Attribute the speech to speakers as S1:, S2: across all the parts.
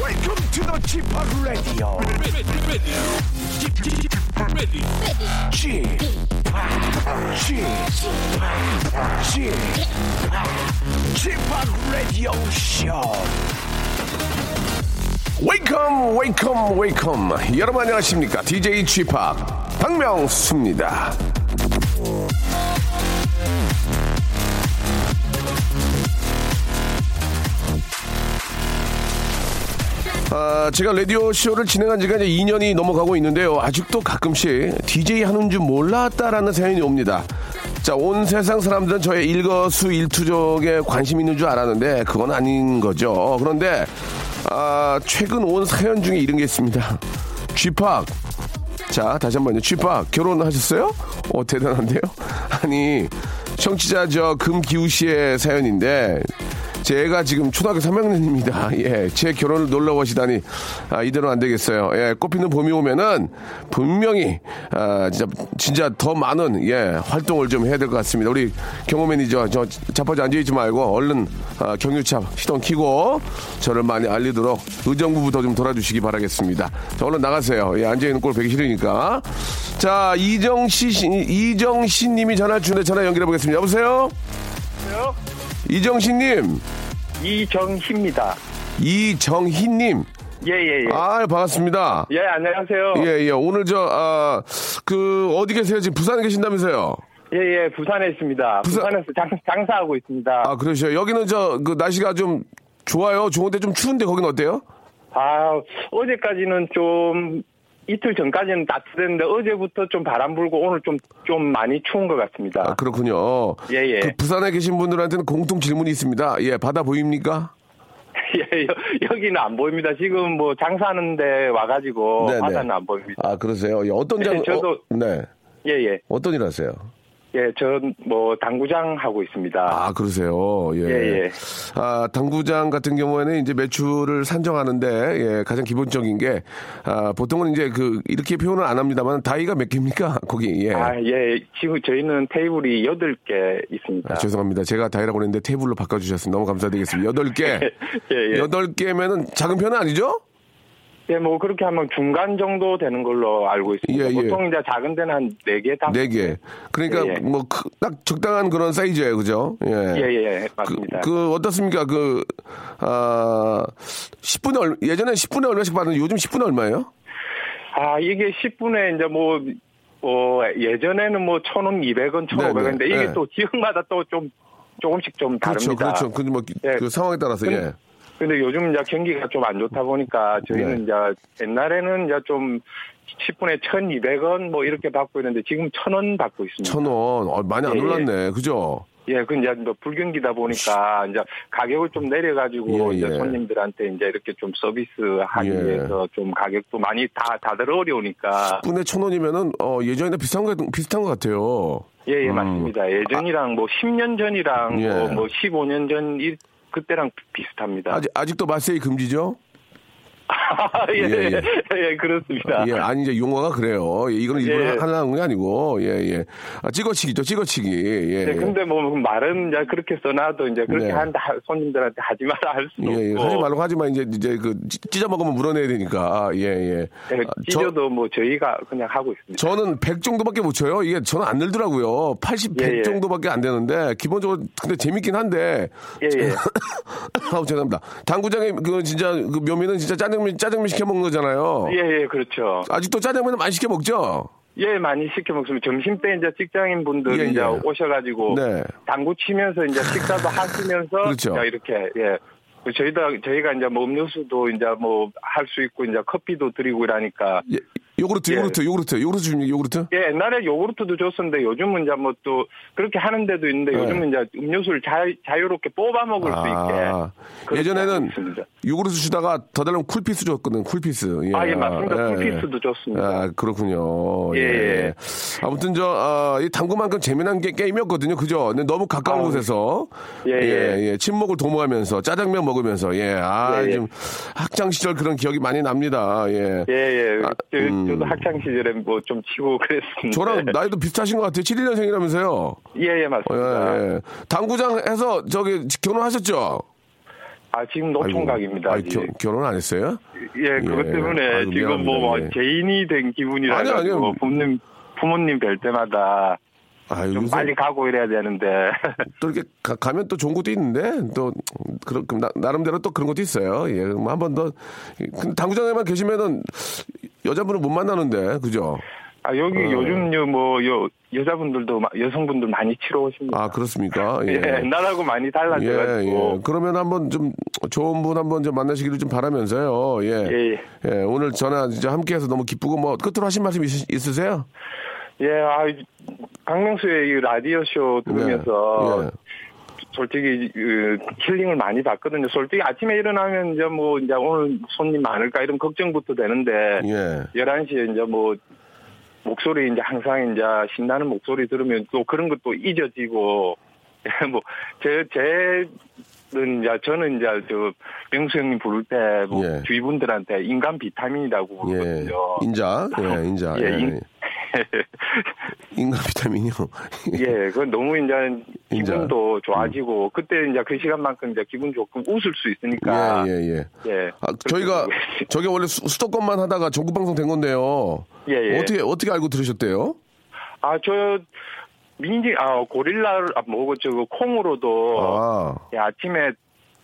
S1: Welcome to the g p Radio. g p Radio Show. Welcome, welcome, welcome. 여러분 안녕하십니까? DJ g p 박명수입니다. 아, 제가 라디오 쇼를 진행한 지가 이제 2년이 넘어가고 있는데요. 아직도 가끔씩 DJ 하는 줄 몰랐다라는 사연이 옵니다. 자, 온 세상 사람들은 저의 일거수 일투족에 관심 있는 줄 알았는데 그건 아닌 거죠. 그런데 아, 최근 온 사연 중에 이런 게 있습니다. 쥐팍 자, 다시 한 번요. 취파, 결혼하셨어요? 어, 대단한데요? 아니, 청취자 저 금기우 씨의 사연인데, 제가 지금 초등학교 3학년입니다. 예, 제 결혼을 놀라고 하시다니, 아, 이대로 안 되겠어요. 예, 꽃피는 봄이 오면은, 분명히, 아, 진짜, 진짜 더 많은, 예, 활동을 좀 해야 될 것 같습니다. 우리 경호 매니저, 저, 자빠져 앉아있지 말고, 얼른, 아, 경유차 시동 키고, 저를 많이 알리도록 의정부부터 좀 돌아주시기 바라겠습니다. 자, 얼른 나가세요. 예, 앉아있는 꼴 보기 싫으니까. 자, 이정시, 씨- 이정시님이 전화 주는데 전화 연결해 보겠습니다. 여보세요? 이정시님,
S2: 이정희입니다.
S1: 이정희님.
S2: 예예예. 예,
S1: 아 반갑습니다.
S2: 예, 안녕하세요.
S1: 예, 예. 오늘 저, 아, 그, 어디 계세요? 지금 부산에 계신다면서요?
S2: 예예. 부산에 있습니다.
S1: 부산-
S2: 부산... 에서 장, 장사하고 있습니다.
S1: 아,
S2: 아,
S1: 그러셔요. 여기는 저, 그, 날씨가 좀 좋아요. 좋은데 좀 추운데 거긴 어때요?
S2: 아, 어제까지는 좀 이틀 전까지는 따뜻했는데 어제부터 좀 바람 불고 오늘 좀 좀 많이 추운 것 같습니다.
S1: 아, 그렇군요.
S2: 예, 예.
S1: 그 부산에 계신 분들한테는 공통 질문이 있습니다. 예, 바다 보입니까?
S2: 예, 여, 여기는 안 보입니다. 지금 뭐 장사하는데 와가지고
S1: 네,
S2: 어, 바다는
S1: 네.
S2: 안 보입니다.
S1: 아, 그러세요. 예, 어떤 장,
S2: 네, 저도-
S1: 어, 네.
S2: 예예.
S1: 어떤 일 하세요?
S2: 예, 전 뭐 당구장 하고 있습니다.
S1: 아, 그러세요. 예.
S2: 예, 예.
S1: 아, 당구장 같은 경우에는 이제 매출을 산정하는데, 예, 가장 기본적인 게, 아, 보통은 이제 그, 이렇게 표현을 안 합니다만, 다이가 몇 개입니까? 거기, 예.
S2: 아, 예. 지금 저희는 테이블이 8개 있습니다.
S1: 아, 죄송합니다. 제가 다이라고 그랬는데 테이블로 바꿔주셨습니다. 너무 감사드리겠습니다. 여덟 개
S2: 예, 예.
S1: 여덟 개면은 작은 편은 아니죠?
S2: 예, 뭐 그렇게 하면 중간 정도 되는 걸로 알고
S1: 예,
S2: 있습니다.
S1: 예.
S2: 보통 이제 작은 데는 한 4개, 5개.
S1: 네개 그러니까
S2: 아. 예, 예.
S1: 뭐, 크- 딱 적당한 그런 사이즈예요 그죠? 예.
S2: 예, 예, 예,
S1: 그,
S2: 맞습니다.
S1: 그 어떻습니까? 그, 아, 10분에, 얼, 예전에 10분에 얼마씩 받는데 요즘 10분에 얼마예요?
S2: 아, 이게 10분에 이제 뭐, 어, 예전에는 뭐 1,200원,
S1: 네,
S2: 1,500원인데
S1: 네.
S2: 이게
S1: 네.
S2: 또 지역마다 또 좀 조금씩 좀
S1: 그렇죠,
S2: 다릅니다.
S1: 그렇죠. 근데 뭐, 기-
S2: 예.
S1: 그 상황에 따라서, 예.
S2: 근데 요즘 이제 경기가 좀 안 좋다 보니까
S1: 네.
S2: 저희는 이제 옛날에는 이제 좀 10분에 1,200원 뭐 이렇게 받고 있는데 지금 1,000원 받고 있습니다.
S1: 천 원. 어, 많이 안
S2: 예, 예.
S1: 올랐네. 그죠?
S2: 예, 그 이제 뭐 불경기다 보니까 이제 가격을 좀 내려가지고
S1: 예,
S2: 이제
S1: 예.
S2: 손님들한테 이제 이렇게 좀 서비스하기
S1: 예.
S2: 위해서 좀 가격도 많이 다 다들 어려우니까
S1: 10분에 천 원이면은, 어, 예전이나 비슷한 거, 비슷한 것 같아요. 음.
S2: 예, 예, 맞습니다. 예전이랑 뭐 10년 전이랑
S1: 예.
S2: 뭐, 뭐 15년 전 이- 그때랑 비- 비슷합니다.
S1: 아직, 아직도 마세이 금지죠?
S2: 예,
S1: 예, 예.
S2: 예, 예, 그렇습니다.
S1: 예, 아니 이제 용어가 그래요. 예, 이거는 일부러
S2: 예.
S1: 하려는 게 아니고, 예, 예. 아, 찍어치기죠, 찍어치기. 예,
S2: 예, 근데 뭐 말은 이제 그렇게 써놔도 이제 그렇게
S1: 네.
S2: 한다 손님들한테 하지 마라 할 수도
S1: 예, 예.
S2: 없고
S1: 하지 말고 하지만 이제 이제 그 찢- 찢어 먹으면 물어내야 되니까. 아, 예, 예.
S2: 예,
S1: 아, 저,
S2: 찢어도 뭐 저희가 그냥 하고 있습니다.
S1: 저는 100 정도밖에 못 쳐요. 이게 저는 안 늘더라고요. 80, 100
S2: 예, 예.
S1: 정도밖에 안 되는데 기본적으로 근데 재밌긴 한데.
S2: 예, 예.
S1: 아우 죄송합니다. 당구장에 그 진짜 그 묘미는 진짜 짜장면 짜장면 시켜 먹는 거잖아요.
S2: 예, 예, 그렇죠.
S1: 아직도 짜장면은 많이 시켜 먹죠?
S2: 예, 많이 시켜 먹습니다. 점심 때 이제 직장인 분들
S1: 예,
S2: 이 이제
S1: 예.
S2: 오셔가지고
S1: 네.
S2: 당구 치면서 이제 식사도 하시면서
S1: 그렇죠.
S2: 이제 이렇게 예. 그 저희도 저희가 이제 뭐 음료수도 이제 뭐 할 수 있고 이제 커피도 드리고 이러니까
S1: 예, 요구르트,
S2: 예.
S1: 요구르트, 요구르트, 요구르트 줍니까? 요구르트?
S2: 예, 옛날에 요구르트도 줬었는데 요즘은 이제 뭐 또 그렇게 하는 데도 있는데
S1: 네.
S2: 요즘은 이제 음료수를 자, 자유롭게 뽑아 먹을 수
S1: 아,
S2: 있게. 그렇게 하고
S1: 예전에는
S2: 있습니다.
S1: 요구르트 주다가 더 달라면 쿨피스 줬거든, 쿨피스. 예.
S2: 아, 예, 맞습니다.
S1: 예,
S2: 쿨피스도 줬습니다.
S1: 아, 그렇군요. 예.
S2: 예,
S1: 예. 아무튼 저, 아, 이 당구만큼 재미난 게 게임이었거든요. 그죠? 근데 너무 가까운 곳에서.
S2: 예,
S1: 예,
S2: 예.
S1: 예. 침묵을 도모하면서 짜장면 먹으면서. 예. 아,
S2: 예, 예.
S1: 지금 학창시절 그런 기억이 많이 납니다. 예.
S2: 예, 예.
S1: 아,
S2: 저, 도 학창 시절에 뭐 좀 치고 그랬습니다.
S1: 저랑 나이도 비슷하신 것 같아요. 71년생이라면서요.
S2: 예, 예,
S1: 예,
S2: 맞습니다.
S1: 예. 당구장 해서 저기 결혼하셨죠?
S2: 아, 지금
S1: 아이고.
S2: 노총각입니다.
S1: 아이,
S2: 아직.
S1: 겨- 결혼 안 했어요?
S2: 예, 그것
S1: 예.
S2: 때문에
S1: 아이고,
S2: 지금 뭐, 뭐
S1: 미안합니다. 예.
S2: 죄인이 된 기분이라
S1: 아니요, 아니요.
S2: 가지고 부모님 부모님 뵐 때마다
S1: 아유,
S2: 좀
S1: 요새
S2: 빨리 가고 이래야 되는데
S1: 또 이렇게 가, 면또 좋은 것도 있는데 또 그런 그 나, 나름대로 또 그런 것도 있어요. 예, 뭐 한 번 더. 근데 당구장에만 계시면은 여자분을 못 만나는데 그죠?
S2: 아 여기
S1: 어.
S2: 요즘 요뭐요 여자분들도 마- 여성분들 많이 치러 오십니다.
S1: 아 그렇습니까? 예,
S2: 예, 옛날하고 많이 달라져가지고
S1: 그러면 한번 좀 좋은 분 한번 좀 만나시기를 좀 바라면서요. 예.
S2: 예.
S1: 예, 오늘 전화 진짜 함께해서 너무 기쁘고 뭐 끝으로 하신 말씀 있으, 있으세요?
S2: 예, 아 강명수의 이 라디오 쇼 들으면서
S1: 네, 예.
S2: 솔직히 그, 힐링을 많이 받거든요. 솔직히 아침에 일어나면 이제 뭐 이제 오늘 손님 많을까 이런 걱정부터 되는데
S1: 예.
S2: 11시에 이제 뭐 목소리 이제 항상 이제 신나는 목소리 들으면 또 그런 것도 잊어지고 뭐제 제는 이제 저는 이제 저 명수 형님 부를 때뭐
S1: 예.
S2: 주위 분들한테 인간 비타민이라고
S1: 예.
S2: 부르거든요.
S1: 인자. 예, 인자.
S2: 예,
S1: 예.
S2: 인-
S1: 인간 비타민이요.
S2: 예, 그건 너무 이제
S1: 인자.
S2: 기분도
S1: 음.
S2: 좋아지고 그때 이제 그 시간만큼 이제 기분 좋고 웃을 수 있으니까
S1: 예, 예, 예.
S2: 예.
S1: 아, 저희가 저게 원래 수, 도권만 하다가 전국 방송 된 건데요.
S2: 예, 예.
S1: 어떻게 어떻게 알고 들으셨대요?
S2: 아저 민지 아 고릴라 아 뭐고 저거 콩으로도
S1: 아,
S2: 예, 아침에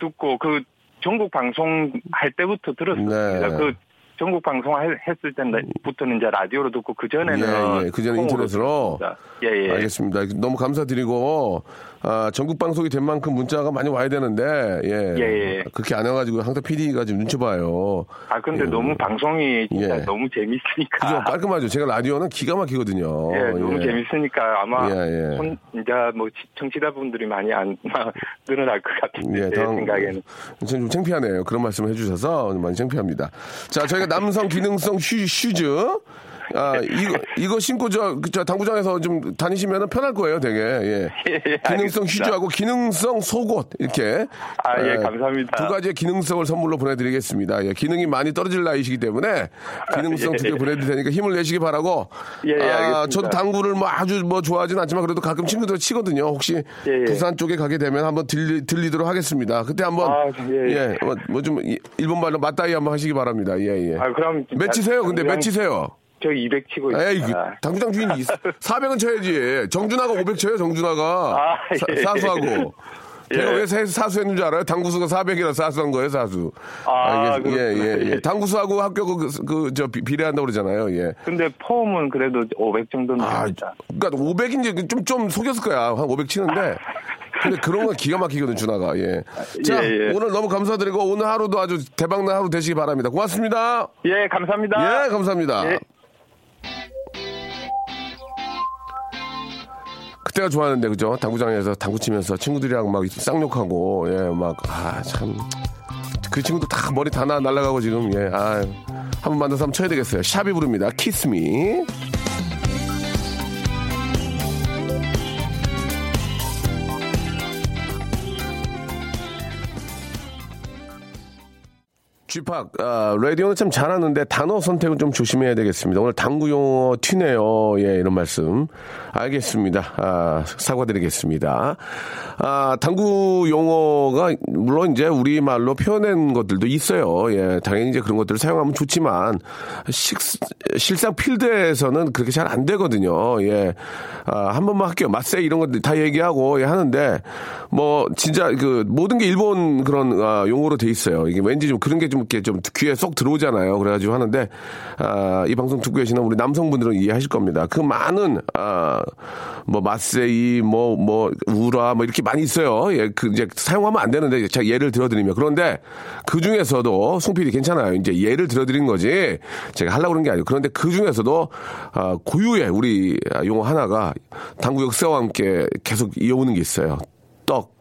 S2: 듣고 그 전국 방송 할 때부터 들었습니다.
S1: 네.
S2: 그 전국 방송 할- 했을 때부터는 이제 라디오로 듣고 그 전에는
S1: 예, 예. 그전에 인터넷으로?
S2: 예예
S1: 알겠습니다. 너무 감사드리고 아, 전국 방송이 된 만큼 문자가 많이 와야 되는데 예,
S2: 예, 예.
S1: 그렇게 안 와가지고 항상 PD가 지금 눈치 봐요.
S2: 아 근데
S1: 예.
S2: 너무 방송이 진짜
S1: 예.
S2: 너무 재밌으니까
S1: 그죠? 아, 깔끔하죠. 제가 라디오는 기가 막히거든요.
S2: 아. 예, 너무 재밌으니까 아마
S1: 예, 예.
S2: 손, 이제 뭐 시- 청취자분들이 많이 안 늘어날 것 같은데 제
S1: 예, 다음-
S2: 생각에는
S1: 저는 좀 창피하네요. 그런 말씀을 해주셔서 많이 창피합니다. 자, 저희가 남성 기능성 슈, 슈즈. 아, 이거, 이거 신고 저, 그저 당구장에서 좀 다니시면 편할 거예요, 되게. 예.
S2: 예, 예,
S1: 기능성
S2: 알겠습니다.
S1: 슈즈하고 기능성 속옷, 이렇게.
S2: 아, 예, 감사합니다.
S1: 두 가지의 기능성을 선물로 보내드리겠습니다. 예, 기능이 많이 떨어질 나이시기 때문에 기능성
S2: 예,
S1: 두 개
S2: 예.
S1: 보내드릴 테니까 힘을 내시기 바라고.
S2: 예, 예,
S1: 아,
S2: 알겠습니다.
S1: 저도 당구를 뭐 아주 뭐 좋아하진 않지만 그래도 가끔 친구들 치거든요. 혹시
S2: 예, 예.
S1: 부산 쪽에 가게 되면 한번 들리, 들리도록 하겠습니다. 그때 한번
S2: 아, 예, 예.
S1: 뭐좀 일본 말로 맞다이 한번 하시기 바랍니다. 예, 예.
S2: 아 그럼
S1: 몇 치세요? 근데 몇 치세요?
S2: 저200 치고
S1: 에이, 그
S2: 있습니다.
S1: 당구장 주인이 있- 400은 쳐야지. 정준하가 500 쳐요, 정준하가.
S2: 아, 예.
S1: 사, 수하고
S2: 예.
S1: 제가 왜 사- 사수했는 줄 알아요? 당구수가 400이라 사수한 거예요, 사수.
S2: 아,
S1: 알겠- 예,
S2: 그렇구나.
S1: 예, 예.
S2: 예.
S1: 당구수하고 합격, 그, 그, 저, 비- 비례한다고 그러잖아요, 예.
S2: 근데 폼은 그래도 500 정도는
S1: 아,
S2: 됩니다.
S1: 그러니까 500인지 좀, 좀 속였을 거야. 한 500 치는데. 근데 그런 건 기가 막히거든, 준하가. 예. 자,
S2: 예, 예.
S1: 오늘 너무 감사드리고 오늘 하루도 아주 대박난 하루 되시기 바랍니다. 고맙습니다.
S2: 예, 감사합니다.
S1: 예, 감사합니다.
S2: 예.
S1: 그때가 좋았는데 그죠? 당구장에서 당구 치면서 친구들이랑 막 쌍욕하고 예 막 아 참 그 친구도 다 머리 다 나, 날라가고 지금 예, 예아한번 만나서 한번 쳐야 되겠어요. 샵이 부릅니다. 키스미. 쥐팍, 아, 라디오는 참 잘하는데 단어 선택은 좀 조심해야 되겠습니다. 오늘 당구 용어 튀네요. 예, 이런 말씀. 알겠습니다. 아, 사과드리겠습니다. 아, 당구 용어가 물론 이제 우리말로 표현한 것들도 있어요. 예, 당연히 이제 그런 것들을 사용하면 좋지만 식, 실상 필드에서는 그렇게 잘 안 되거든요. 예. 아, 한 번만 할게요. 맛세 이런 것들 다 얘기하고 예, 하는데 뭐 진짜 그 모든 게 일본 그런 아, 용어로 돼 있어요. 이게 왠지 좀 그런 게 좀 이렇게 좀 귀에 쏙 들어오잖아요. 그래가지고 하는데 아, 이 방송 듣고 계시는 우리 남성분들은 이해하실 겁니다. 그 많은 아, 뭐 마세이, 뭐 뭐 우라, 뭐 이렇게 많이 있어요. 예, 그 이제 사용하면 안 되는데 제가 예를 들어드리면 그런데 그 중에서도 송필이 괜찮아요. 이제 예를 들어드린 거지 제가 하려고 그런 게 아니고 그런데 그 중에서도 아, 고유의 우리 용어 하나가 당구 역사와 함께 계속 이어오는 게 있어요. 떡.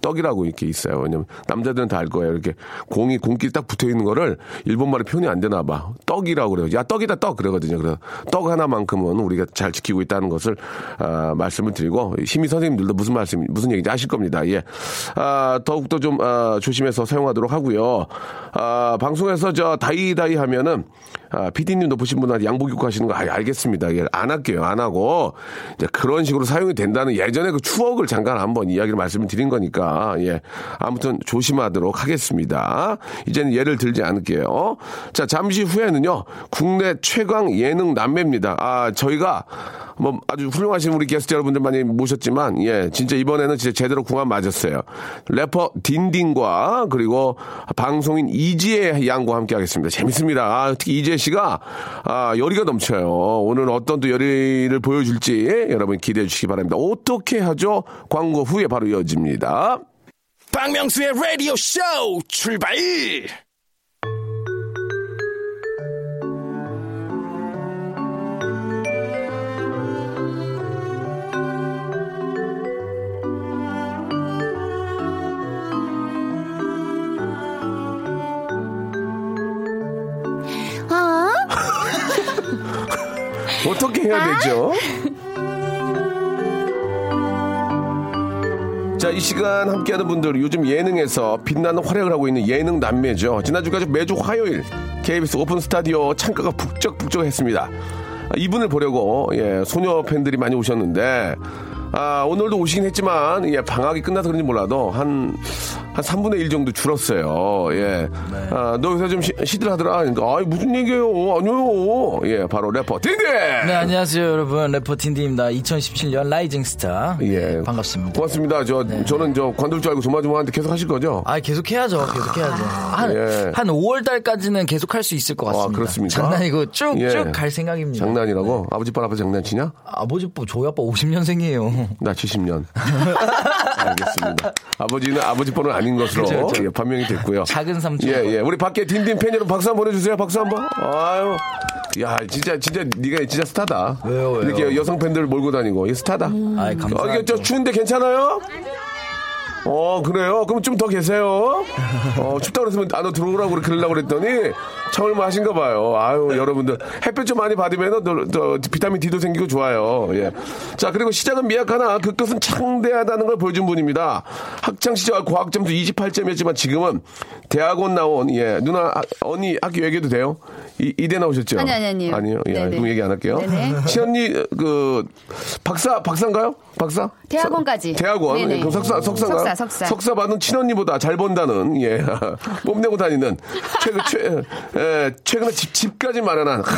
S1: 떡이라고 이렇게 있어요. 왜냐면 남자들은 다 알 거예요. 이렇게 공이 공끼리 딱 붙어 있는 거를 일본말에 표현이 안 되나 봐. 떡이라고 그래요. 야 떡이다 떡 그러거든요. 그래서 떡 하나만큼은 우리가 잘 지키고 있다는 것을 아, 말씀을 드리고 심의 선생님들도 무슨 말씀 무슨 얘기인지 아실 겁니다. 예. 아, 더욱더 좀 아, 조심해서 사용하도록 하고요. 아, 방송에서 저 다이다이 하면은 아, PD님 높으신 분한테 양복 입고 하시는 거 아, 알겠습니다. 예, 안 할게요. 안 하고 이제 그런 식으로 사용이 된다는 예전에 그 추억을 잠깐 한번 이야기를 말씀을 드린 거니까 예. 아무튼 조심하도록 하겠습니다. 이제는 예를 들지 않을게요. 자, 잠시 후에는요. 국내 최강 예능 남매입니다. 아, 저희가 뭐 아주 훌륭하신 우리 게스트 여러분들 많이 모셨지만 예 진짜 이번에는 진짜 제대로 궁합 맞았어요 래퍼 딘딘과 그리고 방송인 이지혜 양과 함께 하겠습니다 재밌습니다 아, 특히 이지혜 씨가 아, 열의가 넘쳐요 오늘 어떤 또 열의를 보여줄지 여러분 기대해 주시기 바랍니다 어떻게 하죠 광고 후에 바로 이어집니다
S3: 박명수의 라디오 쇼 출발!
S4: 어?
S1: 어떻게 해야 되죠? 자, 이 시간 함께하는 분들 요즘 예능에서 빛나는 활약을 하고 있는 예능 남매죠. 지난주까지 매주 화요일 KBS 오픈 스타디오 창가가 북적북적했습니다. 아, 이분을 보려고 예, 소녀 팬들이 많이 오셨는데 아, 오늘도 오시긴 했지만 예, 방학이 끝나서 그런지 몰라도 한한 3분의 1 정도 줄었어요. 예. 아, 너 요새 좀 시, 시들하더라. 그러니까 아, 무슨 얘기예요? 아니요. 예, 바로 래퍼 딘딘.
S5: 네, 안녕하세요, 여러분. 래퍼 틴디입니다. 2017년 라이징 스타.
S1: 예.
S5: 반갑습니다.
S1: 고맙습니다. 저 저는 저 관둘 줄 알고 조마조마한데 계속 하실 거죠?
S5: 아, 계속 해야죠. 계속 해야죠. 한,
S1: 예.
S5: 한 5월 달까지는 계속 할 수 있을 것 같습니다.
S1: 아, 그렇습니까?
S5: 장난이고 쭉 쭉
S1: 예.
S5: 갈 생각입니다. 네.
S1: 장난이라고? 아버지 발 앞에서 장난치냐?
S5: 아버지 뽀, 저희 아빠 50년생이에요.
S1: 나 70년. 알겠습니다. 아버지는 아버지 번은 아닌 것으로
S5: 그렇죠, 그죠, 그죠.
S1: 예, 판명이 됐고요.
S5: 작은 삼촌.
S1: 예, 예. 우리 밖에 딘딘 팬 여러분 박수 한번 보내주세요. 박수 한 번. 아유. 야, 진짜, 진짜, 네가 진짜 스타다.
S5: 왜요, 왜요?
S1: 이렇게 여성 팬들 몰고 다니고. 이 스타다.
S5: 아이, 예,
S1: 어, 이게
S5: 감사합니다.
S1: 저 추운데 괜찮아요? 어, 그래요? 그럼 좀 더 계세요? 어, 춥다고 그랬으면 안으로 들어오라고 그러려고 그랬더니, 참을만 뭐 하신가 봐요. 아유, 여러분들. 햇볕 좀 많이 받으면, 너, 저, 비타민 D도 생기고 좋아요. 예. 자, 그리고 시작은 미약하나, 그 끝은 창대하다는 걸 보여준 분입니다. 학창시절 과학점수 28점이었지만 지금은 대학원 나온, 예, 누나, 아, 언니 학교 얘기해도 돼요? 이, 이대 나오셨죠?
S6: 아니, 아니, 아니요.
S1: 아니요. 예,
S6: 네네.
S1: 그럼 얘기 안 할게요.
S6: 네네.
S1: 시언니, 그, 박사, 박사인가요? 박사?
S6: 대학원까지.
S1: 대학원.
S6: 네네.
S1: 그럼 석사, 석사가
S6: 석사, 석사.
S1: 받은 친언니보다 잘 번다는 예 뽐내고 다니는 최근 최 예, 최근에 집 집까지 마련한 크,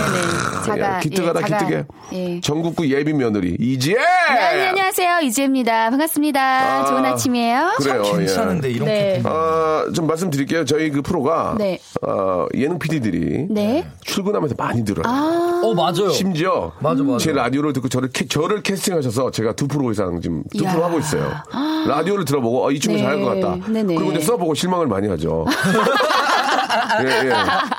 S6: 자가,
S1: 예, 기특하다
S6: 예, 자가,
S1: 기특해
S6: 예.
S1: 전국구 예비 며느리 이지혜.
S6: 네, 안녕하세요. 이지혜입니다. 반갑습니다.
S1: 아,
S6: 좋은 아침이에요.
S1: 그래요. 예.
S5: 괜찮은데, 이런
S6: 네.
S5: 캠핑.
S1: 아, 좀 말씀드릴게요. 저희 그 프로가
S6: 네.
S1: 어, 예능 PD들이
S6: 네. 아,
S1: 출근하면서 많이 들어요.
S5: 어, 맞아요.
S1: 심지어
S5: 맞아, 맞아.
S1: 제 라디오를 듣고 저를 캐, 저를 캐스팅하셔서 제가 2% 이상 지금 2%
S6: 이야.
S1: 하고 있어요. 라디오를 들어보고 어, 이 춤이
S6: 네.
S1: 잘할 것 같다.
S6: 네네.
S1: 그리고 이제 써보고 실망을 많이 하죠. 예, 예.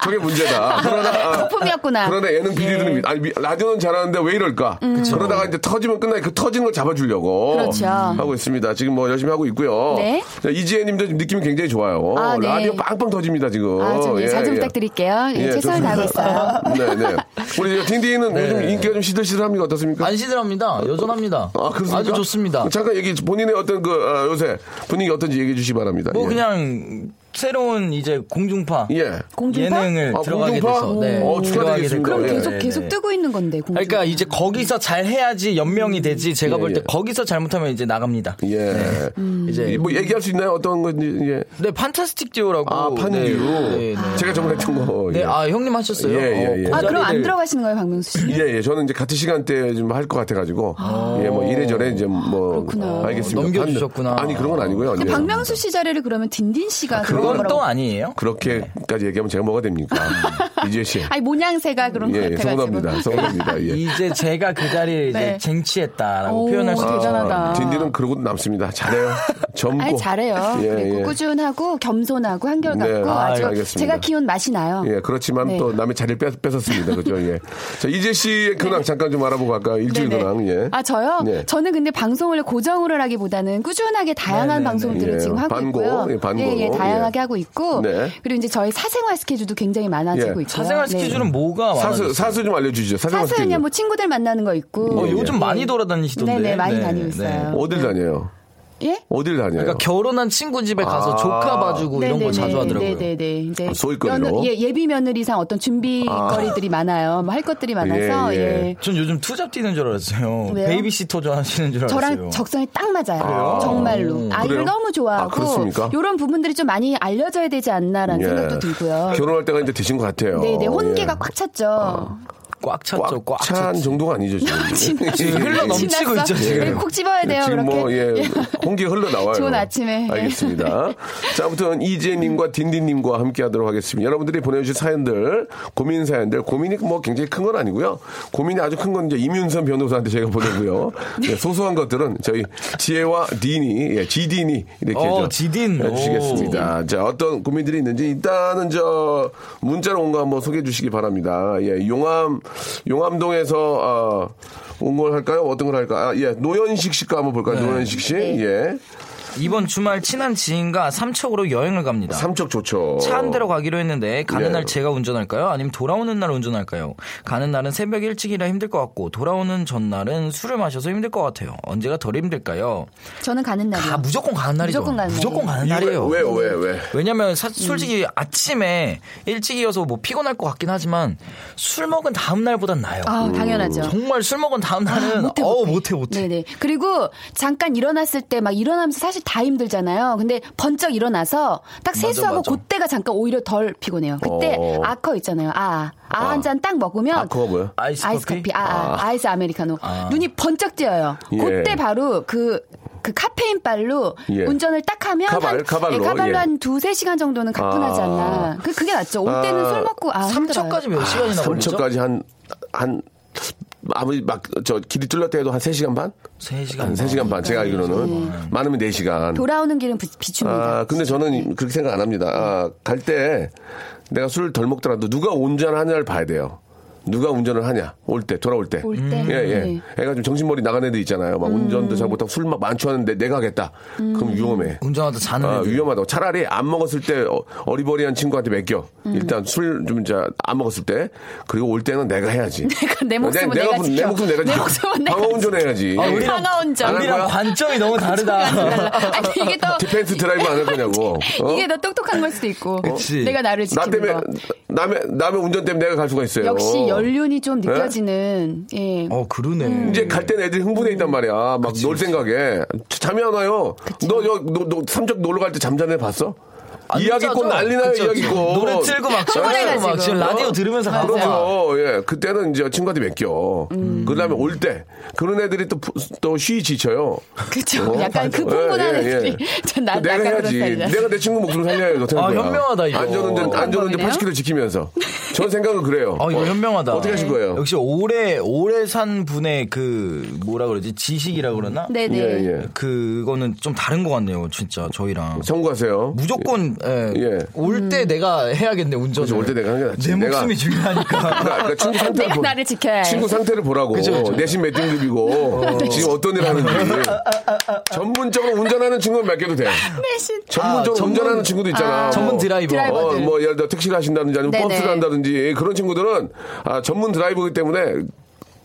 S1: 저게 문제다. 그러나 아,
S6: 거품이었구나.
S1: 그러나 예능 PD들은 아니 미- 라디오는 잘하는데 왜 이럴까? 그러다가 이제 터지면 끝나니 그 터진 걸 잡아주려고
S6: 음. 그렇죠.
S1: 하고 있습니다. 지금 뭐 열심히 하고 있고요.
S6: 네.
S1: 자, 이지혜님도 지금 느낌이 굉장히 좋아요.
S6: 아, 네.
S1: 라디오 빵빵 터집니다 지금.
S6: 아, 좀 예, 자주 부탁드릴게요. 예, 최선을 다하고 있어요.
S1: 네네. 우리 저 딩딩이는
S5: 네.
S1: 요즘 인기가 좀 시들시들합니까? 어떻습니까?
S5: 안시들합니다. 여전합니다.
S1: 아, 그렇습니까?
S5: 아주 좋습니다.
S1: 잠깐 얘기, 본인의 어떤 그, 아, 요새 분위기 어떤지 얘기해 주시기 바랍니다.
S5: 뭐
S1: 예.
S5: 그냥 새로운 이제 공중파.
S1: 예.
S5: 예능을
S1: 아,
S5: 들어가게
S1: 공중파?
S5: 돼서 네.
S1: 어,
S5: 들어가게
S1: 축하드리겠습니다.
S5: 됐고요.
S1: 그럼 예.
S4: 계속
S5: 네,
S4: 계속
S5: 네.
S4: 뜨고 있는 건데 공중.
S5: 그러니까 이제 거기서 잘 해야지 연명이 되지 제가 볼
S1: 음.
S5: 때
S1: 예.
S5: 거기서 잘못하면 이제 나갑니다.
S1: 예.
S5: 네. 이제
S1: 뭐 얘기할 수 있나요? 어떤 건지, 예.
S5: 네 판타스틱 듀오라고
S1: 아, 판유.
S5: 네, 네, 네.
S1: 제가 저번에 했던 거.
S5: 네,
S1: 예.
S5: 아 형님 하셨어요.
S1: 예, 예, 예.
S5: 어,
S4: 아 그럼 안
S5: 고자리들.
S4: 들어가시는 거예요, 박명수 씨?
S1: 예, 예. 저는 이제 같은 시간대에 좀 할 것 같아가지고. 예, 뭐 이래저래 이제 뭐. 알겠습니다.
S5: 넘겨주셨구나.
S1: 아니, 그런 건 아니고요.
S4: 그
S1: 예.
S4: 박명수 씨 자리를 그러면 딘딘 씨가
S5: 그건 또 아니에요?
S1: 그렇게까지 얘기하면 제가 뭐가 됩니까? 이재 씨.
S4: 아니 모양새가 그런 것
S1: 예,
S4: 같아가지고.
S1: 성공합니다. 성공합니다. 예.
S5: 이제 제가 그 자리를
S4: 네.
S5: 이제 쟁취했다라고
S4: 오, 아,
S5: 표현할 수 있죠.
S4: 대단하다.
S1: 아, 딘딘은 그러고 남습니다. 잘해요. 젊고.
S4: 아니 잘해요.
S1: 예,
S4: 그리고
S1: 예.
S4: 꾸준하고 겸손하고 한결같고
S1: 네,
S4: 아주
S1: 아유, 알겠습니다.
S4: 제가 키운 맛이 나요.
S1: 예, 그렇지만
S4: 네.
S1: 또 남의 자리를 뺏, 뺏었습니다. 그죠? 예. 자, 이재 씨의 근황 잠깐 좀 알아보고 갈까요? 일주일
S4: 네. 네네.
S1: 근황, 예.
S4: 아 저요?
S1: 예.
S4: 저는 근데 방송을 고정으로 하기보다는 꾸준하게 다양한 방송들을
S1: 예,
S4: 지금 하고
S1: 반고,
S4: 있고요.
S1: 예, 반고.
S4: 예, 예, 다양하게
S1: 예.
S4: 하고 있고
S1: 네.
S4: 그리고 이제 저희 사생활 스케줄도 굉장히 많아지고
S1: 예.
S4: 있고요.
S5: 사생활
S4: 네.
S5: 스케줄은 뭐가
S1: 사수,
S5: 많아졌어요?
S1: 사수 좀 알려주시죠. 사생활
S4: 사수 그냥
S1: 스케줄. 예,
S4: 뭐 친구들 만나는 거 있고.
S5: 어, 요즘 많이 돌아다니시던데.
S4: 네네 많이
S5: 네,
S4: 다니고
S5: 네.
S4: 있어요.
S1: 어딜 다녀요?
S4: 예?
S1: 어딜 다녀요?
S5: 그러니까 결혼한 친구 집에 가서
S1: 아.
S5: 조카 봐주고 뭐 이런 걸 자주 하더라고요.
S4: 네, 네네네. 이제
S1: 아, 소일거리로?
S4: 며느- 예, 예비 며느리상 어떤 준비거리들이 많아요. 뭐 할 것들이 많아서
S1: 예,
S4: 예,
S1: 예.
S5: 전 요즘 투잡 뛰는 줄 알았어요.
S4: 왜요?
S5: 베이비시터 좋아하시는 줄 알았어요.
S4: 저랑 적성이 딱 맞아요.
S1: 네, 그래요? 음.
S4: 정말로 아이를
S1: 그래요?
S4: 너무 좋아하고
S1: 아, 그렇습니까?
S4: 이런 부분들이 좀 많이 알려져야 되지 않나라는
S1: 예.
S4: 생각도 들고요.
S1: 결혼할 때가 이제 되신 것 같아요.
S4: 네네 혼계가
S1: 예.
S4: 꽉 찼죠.
S5: 꽉 찼죠, 꽉,
S1: 꽉찬
S5: 찼죠.
S1: 정도가 아니죠, 예. 지금.
S5: 지금 흘러 넘치고
S4: 지났어?
S5: 있죠, 지금.
S4: 네, 콕 집어야 돼요.
S1: 그렇죠. 지금
S4: 그렇게.
S1: 뭐, 예, 공기 흘러 나와요.
S4: 좋은 아침에. 예.
S1: 알겠습니다. 자, 아무튼 이재님과 딘딘님과 함께 하도록 하겠습니다. 여러분들이 보내주신 사연들, 고민 사연들, 고민이 뭐 굉장히 큰 건 아니고요. 고민이 아주 큰 건 이제 임윤선 변호사한테 제가 보내고요. 예, 소소한 것들은 저희 지혜와 딘이, 예, 지딘이 이렇게
S5: 어,
S1: 좀
S5: 지딘.
S1: 해주시겠습니다. 자, 어떤 고민들이 있는지 일단은 저 문자로 온 거 한번 소개해 주시기 바랍니다. 예, 용암, 용암동에서, 아, 온 걸 할까요? 어떤 걸 할까? 아, 예, 노현식 씨가 한번 볼까요?
S5: 네.
S1: 노현식 씨. 예.
S5: 이번 주말 친한 지인과 삼척으로 여행을 갑니다.
S1: 삼척 좋죠.
S5: 차 한 대로 가기로 했는데 가는
S1: 예.
S5: 날 제가 운전할까요? 아니면 돌아오는 날 운전할까요? 가는 날은 새벽 일찍이라 힘들 것 같고 돌아오는 전날은 술을 마셔서 힘들 것 같아요. 언제가 덜 힘들까요?
S4: 저는 가는 날이요.
S5: 아 무조건 가는 날이죠.
S4: 무조건 가는 음.
S5: 무조건 가는 날이에요.
S1: 왜요, 왜요, 왜?
S5: 왜냐면 사- 솔직히 아침에 일찍이어서 뭐 피곤할 것 같긴 하지만 술 먹은 다음 날보단 나아요.
S4: 아 당연하죠.
S5: 정말 술 먹은 다음 날은
S4: 못해,
S5: 어우 못해 못해.
S4: 네네. 그리고 잠깐 일어났을 때 막 일어나면서 사실 다 힘들잖아요. 근데 번쩍 일어나서 딱 세수하고
S5: 맞아.
S4: 그때가 잠깐 오히려 덜 피곤해요. 그때
S1: 어.
S4: 아커 있잖아요. 아, 아, 한 잔 딱 먹으면
S1: 아쿠아 뭐요?
S5: 아이스
S4: 아이스
S5: 커피?
S4: 커피, 아, 아, 아이스 아메리카노. 눈이 번쩍 띄어요.
S1: 예.
S4: 그때 바로 그, 그 카페인 빨로
S1: 예.
S4: 운전을 딱 하면
S1: 카발,
S4: 한,
S1: 카발로,
S4: 예, 카발로
S1: 예.
S4: 한 두세 시간 정도는 가뿐하지
S1: 아.
S4: 않나. 그, 그게 낫죠. 올 때는
S1: 아,
S4: 술 먹고 아 힘들어요.
S5: 삼척까지 몇 시간이나 걸리죠?
S1: 삼척까지 한, 한, 아무리 막, 저, 길이 뚫렸다 해도 한 3시간 반?
S5: 세 시간. 네.
S1: 한 3시간 반. 제가 알기로는. 많으면 4시간.
S4: 돌아오는 길은 비- 비춥니다.
S1: 아, 근데 저는 그렇게 생각 안 합니다. 아, 갈 때 내가 술 덜 먹더라도 누가 운전하냐를 봐야 돼요. 누가 운전을 하냐 올 때 돌아올 때.
S4: 올 때?
S1: 예, 예.
S4: 네. 음.
S1: 애가 좀 정신머리 나간 애들 있잖아요. 막 운전도 잘 못하고 술 막 만취하는데 내가 하겠다. 그럼 위험해.
S5: 운전하다 자는
S1: 아,
S5: 애들.
S1: 위험하다고. 차라리 안 먹었을 때 어, 리버리한 친구한테 맡겨.
S4: 음.
S1: 일단 술 좀 이제 안 먹었을 때 그리고 올 때는 내가 해야지.
S4: 내가- 내 목숨은 내가
S1: 부-
S4: 지켜.
S1: 내 목숨 내가
S4: 내
S1: 지켜.
S4: 목숨은 내가
S1: 방어 운전해야지.
S5: 아, 우리랑-
S4: 상하 운전.
S1: 안 할 거야?
S5: 우리랑 관점이 너무 다르다.
S4: 아니 이게 더
S1: 디펜스 드라이브 안 할 거냐고. 어?
S4: 이게 더 똑똑한 걸 수도 있고
S5: 그치.
S4: 내가 나를
S1: 나
S4: 지키는
S1: 때문에
S4: 거
S1: 남의 남의 운전 때문에 내가 갈 수가 있어요. 예?
S4: 역시 연륜이 좀 느껴지는 예.
S5: 어 그러네.
S1: 이제 갈 때는 애들이 흥분해 있단 말이야. 막 놀 생각에 자- 잠이 안 와요. 너너너 너, 삼척 놀러 갈 때 잠자네 봤어? 이야기꽃 난리나요
S5: 그쵸,
S1: 이야기꽃.
S5: 그쵸. 노래 틀고 막 흥분해가지고 막 지금 라디오 들으면서 가세요.
S1: 어? 그럼요. 예, 그때는 이제 친구한테 맡겨. 그다음에 올 때 그런 애들이 또또쉬 지쳐요.
S4: 그쵸
S1: 어,
S4: 약간
S1: 맞아.
S4: 그 풍분한
S1: 예, 예, 예.
S4: 애들이 전나
S1: 내가
S4: 약간 그런
S1: 해야지.
S4: 스타일이다.
S1: 내가 내 친구 목숨 살려야 이거
S5: 아, 현명하다, 이거.
S4: 어,
S1: 안전운전 안전운전
S4: 방법이네요.
S1: 80km 지키면서. 전 생각은 그래요.
S5: 아, 이거 현명하다.
S1: 어떻게 하실 거예요?
S5: 역시 오래, 오래 산 분의 그, 뭐라 그러지? 지식이라 그러나?
S4: 네네.
S1: 예, 예.
S5: 그거는 좀 다른 것 같네요, 진짜, 저희랑.
S1: 청구하세요.
S5: 무조건, 예.
S1: 예.
S5: 올 때 내가 해야겠네, 운전을.
S1: 그치, 올때 내가 하는 게 낫지.
S5: 내
S1: 내가-
S5: 목숨이 중요하니까.
S1: 그러니까 친구 상태를
S4: 내가
S1: 보-
S4: 나를 지켜야 해.
S1: 친구 상태를 보라고
S5: 그죠, 그죠.
S1: 내신 몇 등급이고 지금 어떤 일 하는지 전문적으로 운전하는 친구는 맡겨도 돼. 전문적으로
S5: 아, 전문-
S1: 운전하는 친구도 있잖아.
S5: 전문
S1: 뭐,
S5: 드라이버.
S1: 어,
S4: 드라이버들.
S1: 뭐 예를 들어 택시를 하신다든지 아니면
S4: 네네.
S1: 버스를 한다든지 그런 친구들은 아, 전문 드라이버이기 때문에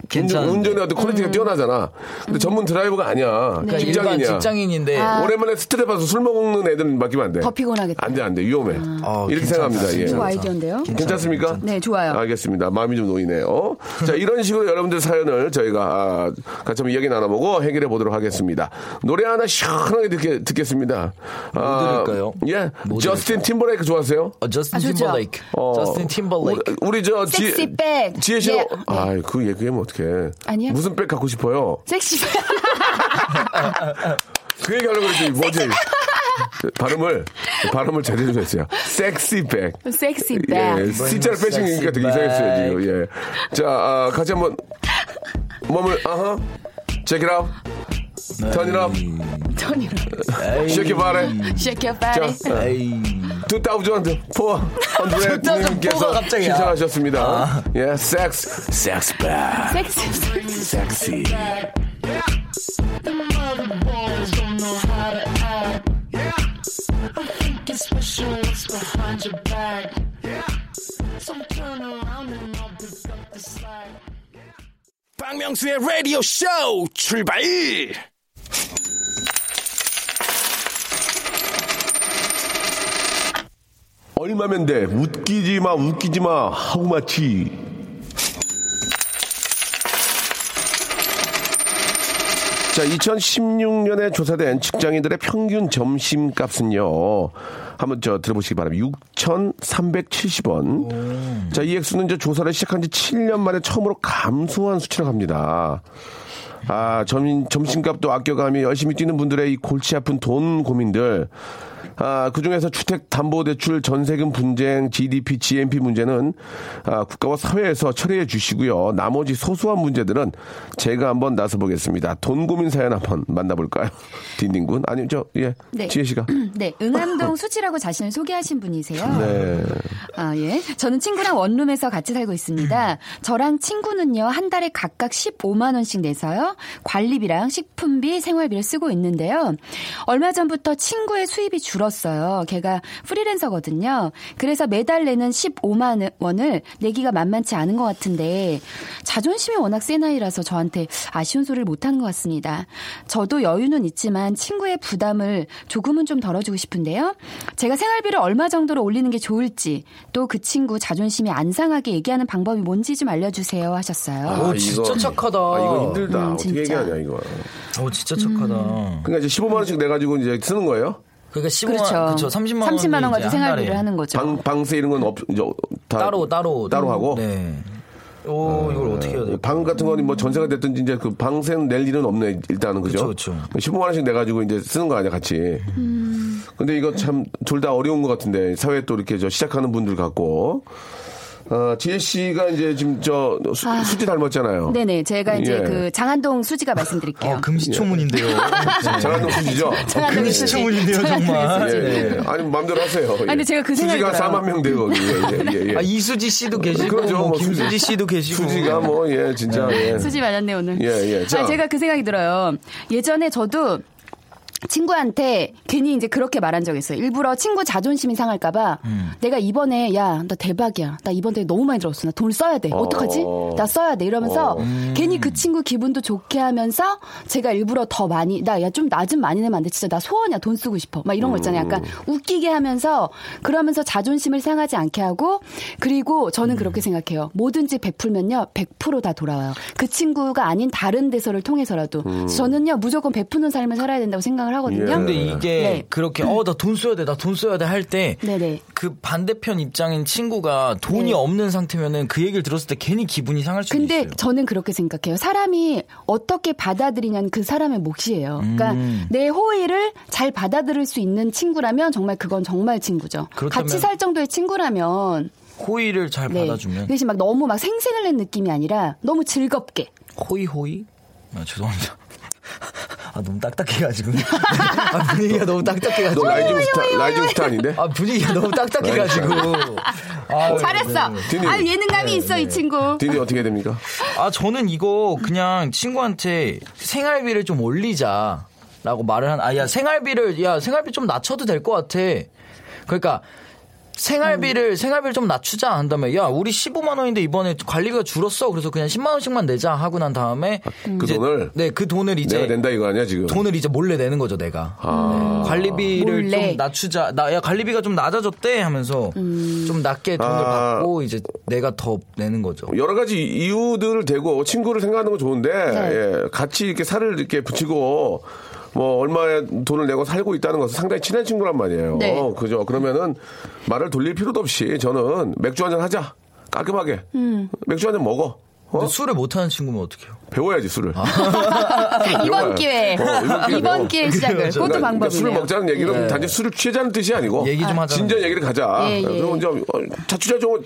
S5: 괜찮은데.
S1: 운전의 어떤
S4: 음.
S1: 퀄리티가 뛰어나잖아. 근데 전문 드라이버가 아니야.
S4: 네.
S5: 그러니까 일반
S1: 직장인이야. 아.
S5: 직장인인데.
S1: 오랜만에 스트레스 받아서 술 먹는 애들은 맡기면 안 돼.
S4: 아. 더 피곤하겠다.
S1: 안 돼, 안 돼. 위험해.
S5: 어,
S1: 이렇게
S5: 괜찮다,
S1: 생각합니다. 예.
S5: 진짜.
S4: 좋은 아이디어인데요.
S1: 괜찮습니까?
S4: 네, 좋아요.
S1: 알겠습니다. 마음이 좀 놓이네요. 자, 이런 식으로 여러분들 사연을 저희가 아, 같이 한번 이야기 나눠보고 해결해 보도록 하겠습니다. 노래 하나 시원하게 듣게, 듣겠습니다. 아,
S5: 뭐 들을까요?
S1: 예.
S5: 뭐
S1: 저스틴 팀버레이크 좋아하세요?
S5: 어, 저스틴
S4: 아, 좋죠.
S5: 팀벌레이크.
S1: 어,
S5: 저스틴 팀벌레이크.
S1: 우리, 우리 저 지-
S4: 섹시백.
S1: 지혜 씨.
S4: 예.
S1: 는 아, 그 얘기하면 어떡해.
S4: 아니야.
S1: 무슨 백 갖고 싶어요?
S4: 섹시
S1: 그 얘기 하려고 그랬더니 뭐지? 발음을 발음을 제대로 했어요. 섹시백.
S5: 네,
S7: 섹시백.
S1: 예,
S5: 뭐
S1: C자를 빼신 거니까 되게 이상했어요, 지금. 예. 자, 아, 같이 한 번. 몸을, 아하. Check it out. Turn it up.
S7: 토니로.
S1: Shake your body.
S7: Shake your body.
S5: 네.
S1: 자, 2,400님께서
S5: 갑자기야.
S1: 신청하셨습니다.
S5: 아.
S1: 예, 섹스, 섹스백.
S7: 섹시.
S1: 섹시.
S8: 박명수의 라디오 쇼 출발!
S1: 얼마면 돼? 웃기지 마, 웃기지 마. 하고 마치. 자, 2016년에 조사된 직장인들의 평균 점심값은요. 한번 저 들어보시기 바랍니다. 6,370원. 자, 이 액수는 이제 조사를 시작한 지 7년 만에 처음으로 감소한 수치라고 합니다. 아, 점, 점심값도 아껴가며 열심히 뛰는 분들의 이 골치 아픈 돈 고민들. 아, 그 중에서 주택담보대출 전세금 분쟁, GDP, GNP 문제는 아, 국가와 사회에서 처리해 주시고요. 나머지 소소한 문제들은 제가 한번 나서보겠습니다. 돈 고민 사연 한번 만나볼까요? 딘딘군? 아니요, 저, 예.
S4: 네.
S1: 지혜 씨가.
S4: 네, 응암동 수지라고 자신을 소개하신 분이세요.
S1: 네.
S4: 아, 예. 저는 친구랑 원룸에서 같이 살고 있습니다. 저랑 친구는요, 한 달에 각각 15만원씩 내서요, 관리비랑 식품비, 생활비를 쓰고 있는데요. 얼마 전부터 친구의 수입이 줄었어요. 걔가 프리랜서거든요. 그래서 매달 내는 15만원을 내기가 만만치 않은 것 같은데, 자존심이 워낙 센 아이라서 저한테 아쉬운 소리를 못하는 것 같습니다. 저도 여유는 있지만 친구의 부담을 조금은 좀 덜어주고 싶은데요. 제가 생활비를 얼마 정도로 올리는 게 좋을지 또 그 친구 자존심이 안 상하게 얘기하는 방법이 뭔지 좀 알려주세요 하셨어요.
S5: 오, 진짜
S1: 아, 이거-
S5: 착하다.
S1: 아, 이거 힘들다.
S4: 음,
S1: 어떻게
S4: 진짜.
S1: 얘기하냐, 이거.
S5: 오, 진짜 착하다.
S1: 그러니까 이제 15만원씩 내가지고 이제 쓰는 거예요?
S5: 그러니까 15만,
S4: 그렇죠.
S5: 그렇죠. 30만 원.
S4: 30만 원 가지고 생활비를 하는 거죠.
S1: 방, 방세 이런 건 없, 이제 다.
S5: 따로 따로
S1: 따로 하고?
S5: 네. 오, 이걸 어떻게 해야 돼요?
S1: 방 같은 거는 뭐 전세가 됐든지 이제 그 방세는 낼 일은 없네 일단은 그죠?
S5: 그쵸, 그쵸.
S1: 15만 원씩 내 가지고 이제 쓰는 거 아니야 같이. 근데 이거 참 둘 다 어려운 것 같은데 사회 또 이렇게 저 시작하는 분들 같고. 아, 지혜 씨가 이제 지금 저 수, 지 닮았잖아요.
S4: 네네, 제가 이제
S1: 예. 어,
S4: 그 장한동 수지가 말씀드릴게요.
S5: 아, 금시초문인데요. 네.
S1: 잘하는 수지죠?
S4: 장한동
S5: 금시초문인데요, 정말.
S1: 예, 예.
S5: 네.
S1: 아니 마음대로 하세요. 예.
S4: 근데 제가 그 생각이
S1: 수지가
S4: 들어요.
S1: 4만 명 돼요. 거기. 예, 예, 예.
S5: 아, 이수지 씨도 계시고,
S1: 그렇죠.
S5: 뭐
S1: 뭐
S5: 김수지 씨도 계시고.
S1: 수지가 뭐 예 진짜 예.
S4: 수지 맞았네 오늘.
S1: 예, 예. 자.
S4: 아, 제가 그 생각이 들어요. 예전에 저도 친구한테 괜히 이제 그렇게 말한 적이 있어요. 일부러 친구 자존심이 상할까봐 내가 이번에 야 나 대박이야. 나 이번 대회 너무 많이 들었어. 나 돈 써야 돼. 어떡하지?
S1: 어.
S4: 나 써야 돼. 이러면서
S1: 어.
S4: 괜히 그 친구 기분도 좋게 하면서 제가 일부러 더 많이 나 야 좀 나 좀 많이 내면 안 돼. 진짜 나 소원이야. 돈 쓰고 싶어. 막 이런 거 있잖아요. 약간
S1: 음.
S4: 웃기게 하면서 그러면서 자존심을 상하지 않게 하고 그리고 저는
S1: 음.
S4: 그렇게 생각해요. 뭐든지 베풀면요. 100%다 돌아와요. 그 친구가 아닌 다른 데서를 통해서라도 저는요. 무조건 베푸는 삶을 살아야 된다고 생각을 하거든요.
S1: 음. 예.
S5: 근데 이게
S4: 네.
S5: 그렇게 어 나 돈 써야 돼 나 돈 써야 돼 할 때 그
S4: 네네.
S5: 반대편 입장인 친구가 돈이
S4: 네.
S5: 없는 상태면은 그 얘기를 들었을 때 괜히 기분이 상할 수도
S4: 근데
S5: 있어요.
S4: 저는 그렇게 생각해요. 사람이 어떻게 받아들이냐는 그 사람의 몫이에요. 그러니까 내 호의를 잘 받아들일 수 있는 친구라면 정말 그건 정말 친구죠.
S5: 그렇다면-
S4: 같이 살 정도의 친구라면
S5: 호의를 잘
S4: 네.
S5: 받아주면
S4: 대신 막 너무 막 생생을 낸 느낌이 아니라 너무 즐겁게
S5: 호의 호의 아, 죄송합니다. 아 너무 딱딱해가지고 아, 분위기가 너무
S1: 너
S5: 딱딱해가지고
S1: 라이징 스타 라이징 스타 아닌데?
S5: 아 분위기가 너무 딱딱해가지고 아,
S4: 잘했어.
S1: 디디.
S4: 아 예능감이 있어 이 친구.
S1: 디디 어떻게 됩니까?
S5: 아 저는 이거 그냥 친구한테 생활비를 좀 올리자. 라고 말을 한, 아, 야, 생활비를, 야, 생활비 좀 낮춰도 될 것 같아. 그러니까, 생활비를,
S4: 음.
S5: 생활비를 좀 낮추자. 한 다음에, 야, 우리 15만원인데 이번에 관리비가 줄었어. 그래서 그냥 10만원씩만 내자. 하고 난 다음에.
S1: 그
S5: 이제-
S1: 돈을?
S5: 네, 그 돈을 이제.
S1: 내가 낸다 이거 아니야 지금?
S5: 네. 돈을 이제 몰래 내는 거죠, 내가.
S1: 아.
S5: 네. 관리비를
S4: 몰래.
S5: 좀 낮추자. 나, 야, 관리비가 좀 낮아졌대 하면서
S4: 음.
S5: 좀 낮게 돈을
S1: 아. 어?
S5: 받고 이제 내가 더 내는 거죠.
S1: 여러 가지 이유들을 대고 친구를 생각하는 건 좋은데
S6: 네.
S1: 예, 같이 이렇게 살을 이렇게 붙이고 뭐 얼마의 돈을 내고 살고 있다는 것은 상당히 친한 친구란 말이에요.
S4: 네.
S1: 어, 그죠?
S6: 음.
S1: 그러면은 말을 돌릴 필요도 없이 저는 맥주 한잔 하자 깔끔하게 맥주 한잔 먹어.
S5: 근데 술을 못하는 친구면 어떡해요?
S1: 배워야지 술을.
S6: 이번 기회에.
S1: 어, 이번 기회에
S6: 이번
S1: 배워.
S6: 기회
S4: 네,
S6: 시작을.
S5: 그렇죠.
S6: 그것도
S1: 그러니까 술을
S6: 방법이네요.
S1: 먹자는 얘기는 단지 술을 취하자는 뜻이 아니고
S5: 얘기 좀 하자.
S1: 진지한 얘기를 가자.
S6: 예, 예.
S1: 그리고 이제 뭐, 어, 자초자종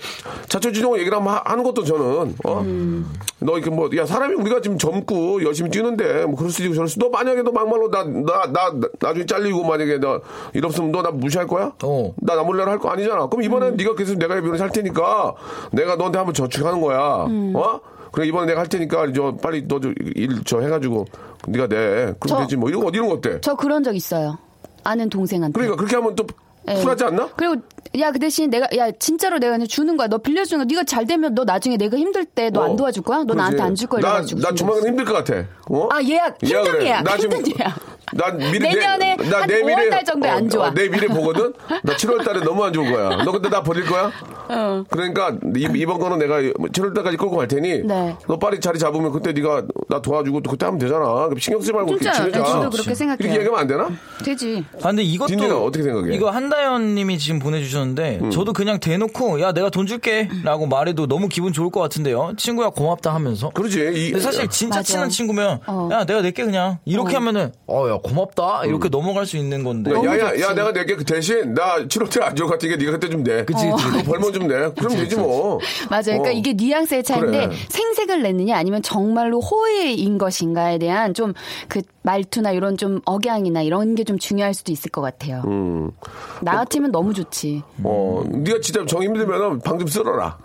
S1: 자초지종 얘기를 한번 하- 하는 것도 저는 어?
S6: 음.
S1: 너 이렇게 뭐 야 사람이 우리가 지금 젊고 열심히 뛰는데 뭐 그럴 수도 있고 저럴 수도 있고. 너 만약에 너 막말로 나 나 나 나중에 잘리고 만약에 너 이러면 너 나 무시할 거야?
S5: 어.
S1: 나 나 몰래로 할 거 아니잖아. 그럼
S6: 음.
S1: 이번엔 네가 계속 내가 이 변호사 할 테니까 내가 너한테 한번 저축하는 거야.
S6: 음.
S1: 어? 그래 이번에 내가 할 테니까 저 빨리 너 일 저 해가지고 네가 내 그럼
S4: 저-
S1: 되지 뭐 이런 거 이런 거 어때?
S4: 저 그런 적 있어요. 아는 동생한테.
S1: 그러니까 그렇게 하면 또
S4: 예.
S1: 쿨하지 않나?
S4: 그리고 야 그 대신 내가 야 진짜로 내가 그냥 주는 거야. 너 빌려주는 거. 네가 잘 되면 너 나중에 내가 힘들 때 너 안
S1: 어.
S4: 도와줄 거야? 너 나한테
S1: 그렇지.
S4: 안 줄 거야?
S1: 나,
S4: 이래가지고
S1: 나
S4: 주는
S1: 조만간
S4: 거였어.
S1: 힘들 것 같아. 어?
S4: 아 예약 힘든
S1: 예약을 해.
S4: 예약
S1: 나 지금-
S4: 힘든 예약.
S1: 난 미래
S4: 내년에
S1: 내, 나
S4: 한
S1: 내 미래,
S4: 5월달 정도에 안 좋아.
S1: 어, 내 미래 보거든. 나 7월 달에 너무 안 좋은 거야. 너 근데 나 버릴 거야?
S4: 어.
S1: 그러니까 이, 번 거는 내가 7월 달까지 끌고 갈 테니
S4: 네.
S1: 너 빨리 자리 잡으면 그때 네가 나 도와주고 또 그때 하면 되잖아. 그럼 신경 쓰지 말고
S6: 진짜
S4: 네,
S1: 이렇게
S6: 저도
S1: 지내자.
S6: 그렇게
S1: 이렇게
S6: 생각해요.
S1: 얘기하면 안 되나?
S6: 되지.
S5: 아, 근데 이것도
S1: 딘딘은 어떻게 생각해? 음.
S5: 이거 한다연님이 지금 보내주셨는데 저도 그냥 대놓고 야 내가 돈 줄게라고 말해도 너무 기분 좋을 것 같은데요. 친구야 고맙다 하면서.
S1: 그러지. 이-
S5: 근데 사실 진짜
S4: 맞아. 어.
S5: 친한 친구면 야 내가 낼게 그냥 이렇게 하면은 어 야 고맙다 이렇게 넘어갈 수 있는 건데.
S1: 음. 그러니까 야, 야, 야, 내가 내게 그 대신 나 7월 달에 안 좋을 것 같으니까 네가 그때 좀 내. 어,
S5: 그치, 그치, 그치.
S1: 벌면 좀 내. 그럼 되지 뭐.
S4: 맞아요. 그러니까
S1: 어.
S4: 이게 뉘앙스의 차이인데
S1: 그래.
S4: 생색을 내느냐 아니면 정말로 호의인 것인가에 대한 좀 그 말투나 이런 좀 억양이나 이런 게 좀 중요할 수도 있을 것 같아요.
S1: 음.
S4: 나 같으면 너무 좋지.
S1: 어, 네가 진짜 정 힘들면 방 좀 쓸어라.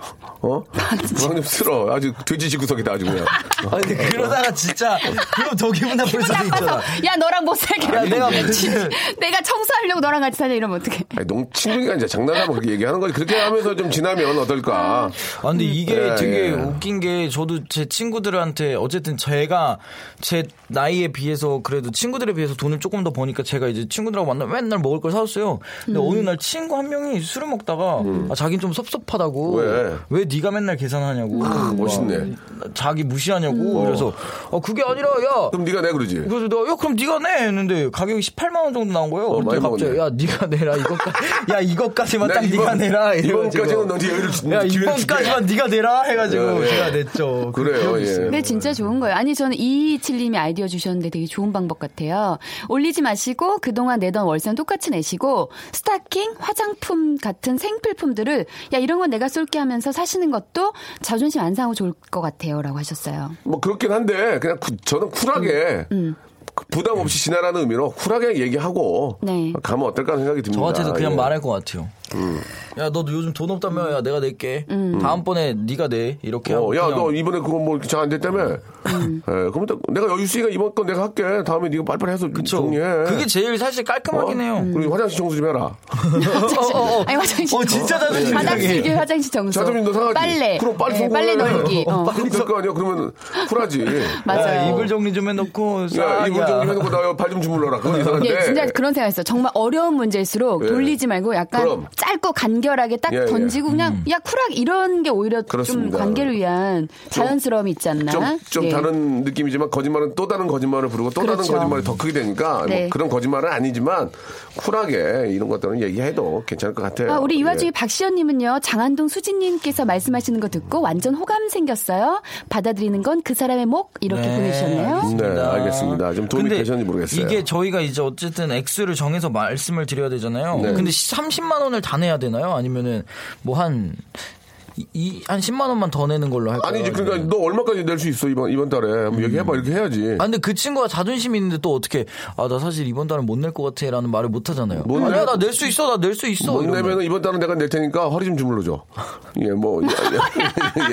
S1: 어? 방 좀 쓸어. 아주 돼지 지구석이다 아주 그냥.
S5: 아 근데 그러다가 진짜 그럼 더 기분 나쁠 수도 있잖아.
S4: 야 너랑 못 살게.
S5: 야, 내가
S4: 내가 청소하려고 너랑 같이 사냐 이러면 어떡해.
S1: 아니, 농 친구가 이제 장난하면 뭐 그렇게 얘기하는 거지. 그렇게 하면서 좀 지나면 어떨까?
S5: 아, 근데 이게
S1: 예,
S5: 되게
S1: 예.
S5: 웃긴 게 저도 제 친구들한테 어쨌든 제가 제 나이에 비해서 그래도 친구들에 비해서 돈을 조금 더 버니까 제가 이제 친구들하고 만나면 맨날 먹을 걸 사줬어요. 근데 어느 날 친구 한 명이 술을 먹다가 아, 자긴 좀 섭섭하다고
S1: 왜?
S5: 왜 네가 맨날 계산하냐고
S1: 아, 멋있네.
S5: 막 자기 무시하냐고 그래서 어, 그게 아니라 야
S1: 그럼 네가 내 그러지.
S5: 그래서 내가 야 그럼 네가 내 했는데 가격이 18만 원 정도 나온 거예요.
S1: 어,
S5: 그때
S1: 많이
S5: 갑자기
S1: 먹었네.
S5: 야 네가 내라 이것까지 야 이것까지만
S1: 나
S5: 딱 네가 내라 이래가지고.
S1: 이번까지는 너한테 여유를 주-
S5: 야
S1: 기회를 줄게.
S5: 이번까지만 네가 내라 해가지고
S1: 예, 예.
S5: 제가 냈죠. 그
S1: 그래요.
S5: 기억이 있어요.
S1: 예.
S4: 근데 네, 진짜 좋은 거예요. 아니 저는 이칠님이 아이디어 주셨는데 되게 좋은 방법 같아요. 올리지 마시고 그동안 내던 월세는 똑같이 내시고 스타킹, 화장품 같은 생필품들을 야 이런 건 내가 쏠게 하면서 사시는 것도 자존심 안 상하고 좋을 것 같아요라고 하셨어요.
S1: 뭐 그렇긴 한데 그냥 구- 저는
S4: 음,
S1: 쿨하게 그 부담 없이 지나라는 의미로 쿨하게 얘기하고
S4: 네.
S1: 가면 어떨까 하는 생각이 듭니다.
S5: 저한테도 그냥
S1: 예. 음.
S5: 말할 것 같아요. 야 너도 요즘 돈 없다며 야 내가 낼게. 다음번에 네가 내 이렇게
S1: 어,
S5: 하고
S1: 야,
S5: 그냥 음.
S1: 너 이번에 그거 뭐 잘 안 됐다며?
S4: 음.
S1: 예, 그럼 또 내가 여유 있으니까 이번 건 내가 할게. 다음에 네가 빨리빨리 해서
S5: 그쵸.
S1: 정리해. 뭐?
S5: 그게 제일 사실 깔끔하긴 해요.
S4: 음.
S1: 우리 화장실 청소 좀 해라.
S5: 어, 어, 어.
S4: 아니 화장실.
S5: 어,
S1: 음.
S5: 진짜 자존심 상해.
S4: 화장실 화장실 정소.
S1: 자존심 너 상하지?
S4: 빨래.
S1: 그럼 빨리
S4: 네,
S1: 청소해.
S4: 빨래 널기. 어.
S1: 그럼 될거 아니야? 그러면 쿨하지.
S4: 맞아요.
S5: 야, 이불 정리 좀 해놓고
S1: 야,
S5: 싹
S1: 이거 좀 해놓고 나 발 좀 주물러라. 그건 이상한데.
S4: 예, 진짜 그런 생각했어요. 정말 어려운 문제일수록
S1: 네. 예.
S4: 돌리지 말고 약간
S1: 그럼.
S4: 짧고 간결하게 딱
S1: 예, 예.
S4: 던지고 그냥 야 쿨하게 이런 게 오히려
S1: 그렇습니다.
S4: 좀 관계를 위한 자연스러움이 있지 않나?
S1: 좀, 좀
S4: 예.
S1: 다른 느낌이지만 거짓말은 또 다른 거짓말을 부르고 또
S4: 그렇죠.
S1: 다른 거짓말이 더 크게 되니까 뭐
S4: 네.
S1: 그런 거짓말은 아니지만 쿨하게 이런 것들은 얘기해도 괜찮을 것 같아요.
S4: 아, 우리 이
S1: 예.
S4: 와중에 박시연님은요, 장한동 수진님께서 말씀하시는 거 듣고 완전 호감 생겼어요. 받아들이는 건 그 사람의 목 이렇게 보내주셨네요.
S1: 네, 알겠습니다. 좀 도움이
S5: 근데
S1: 되셨는지 모르겠어요.
S5: 이게 저희가 이제 어쨌든 액수를 정해서 말씀을 드려야 되잖아요.
S1: 네.
S5: 근데 30만 원을 다 내야 되나요? 아니면은 뭐 한 이, 한 10만 원만 더 내는 걸로 할까요?
S1: 아니지 그러니까
S5: 아니면-
S1: 너 얼마까지 낼 수 있어 이번 이번 달에 뭐 얘기해봐 이렇게 해야지
S5: 음. 아, 근데 그 친구가 자존심이 있는데 또 어떻게, 아, 나 사실 이번 달은 못 낼 것 같아. 라는 말을 못 하잖아요.
S1: 못
S5: 아,
S1: 내-
S5: 야, 나 낼 수 있어. 나 낼 수 있어.
S1: 못
S5: 뭐 이러면.
S1: 내면은 이번 달은 내가 낼 테니까 허리 좀 주물러줘 예뭐 예,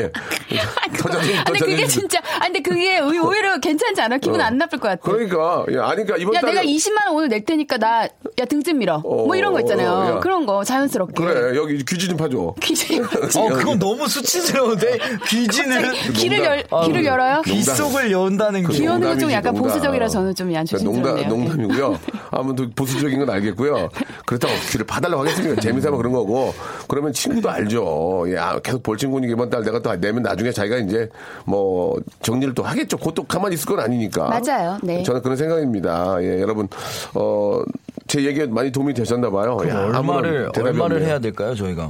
S1: 예. 더 자존심 더
S4: 근데 아, 그게
S1: 자존심 좀-
S4: 진짜, 아, 근데 그게 의- 의외로 괜찮지 않아? 기분
S1: 어.
S4: 안 나쁠 것 같아.
S1: 그러니까 예 아니까 이번
S4: 야,
S1: 달에
S4: 내가 20만 원 오늘 낼 테니까 나, 야, 등짐 밀어.
S1: 어,
S4: 뭐 이런 거 있잖아요.
S1: 어, 야.
S4: 그런 거, 자연스럽게.
S1: 그래 여기 귀지 좀 파줘
S4: 귀지,
S5: 어, 그건 너무 수치스러운데? 귀지는
S4: 귀를 열, 귀를 열어요?
S5: 아, 빗속을 연다는 게.
S4: 귀여운- 귀여우는 건좀
S1: 그 농담이지,
S4: 약간
S1: 농담. 그러니까
S4: 보수적이라 저는 좀 안
S1: 농담,
S4: 조심스럽네요.
S1: 농담이고요. 아무튼 보수적인 건 알겠고요. 그렇다고 귀를 봐달라고
S4: 음.
S1: 하겠습니까? 재미삼아 그런 거고. 그러면 친구도 알죠. 예, 아, 계속 볼 친구니 이번 달 내가 또 내면 나중에 자기가 이제 뭐 정리를 또 하겠죠. 그것도 가만히 있을 건 아니니까.
S4: 맞아요. 네.
S1: 저는 그런 생각입니다. 예, 여러분, 어, 제 얘기에 많이 도움이 되셨나 봐요. 야, 아무런
S5: 얼마를,
S1: 대답이
S5: 얼마를
S1: 없네요.
S5: 해야 될까요, 저희가?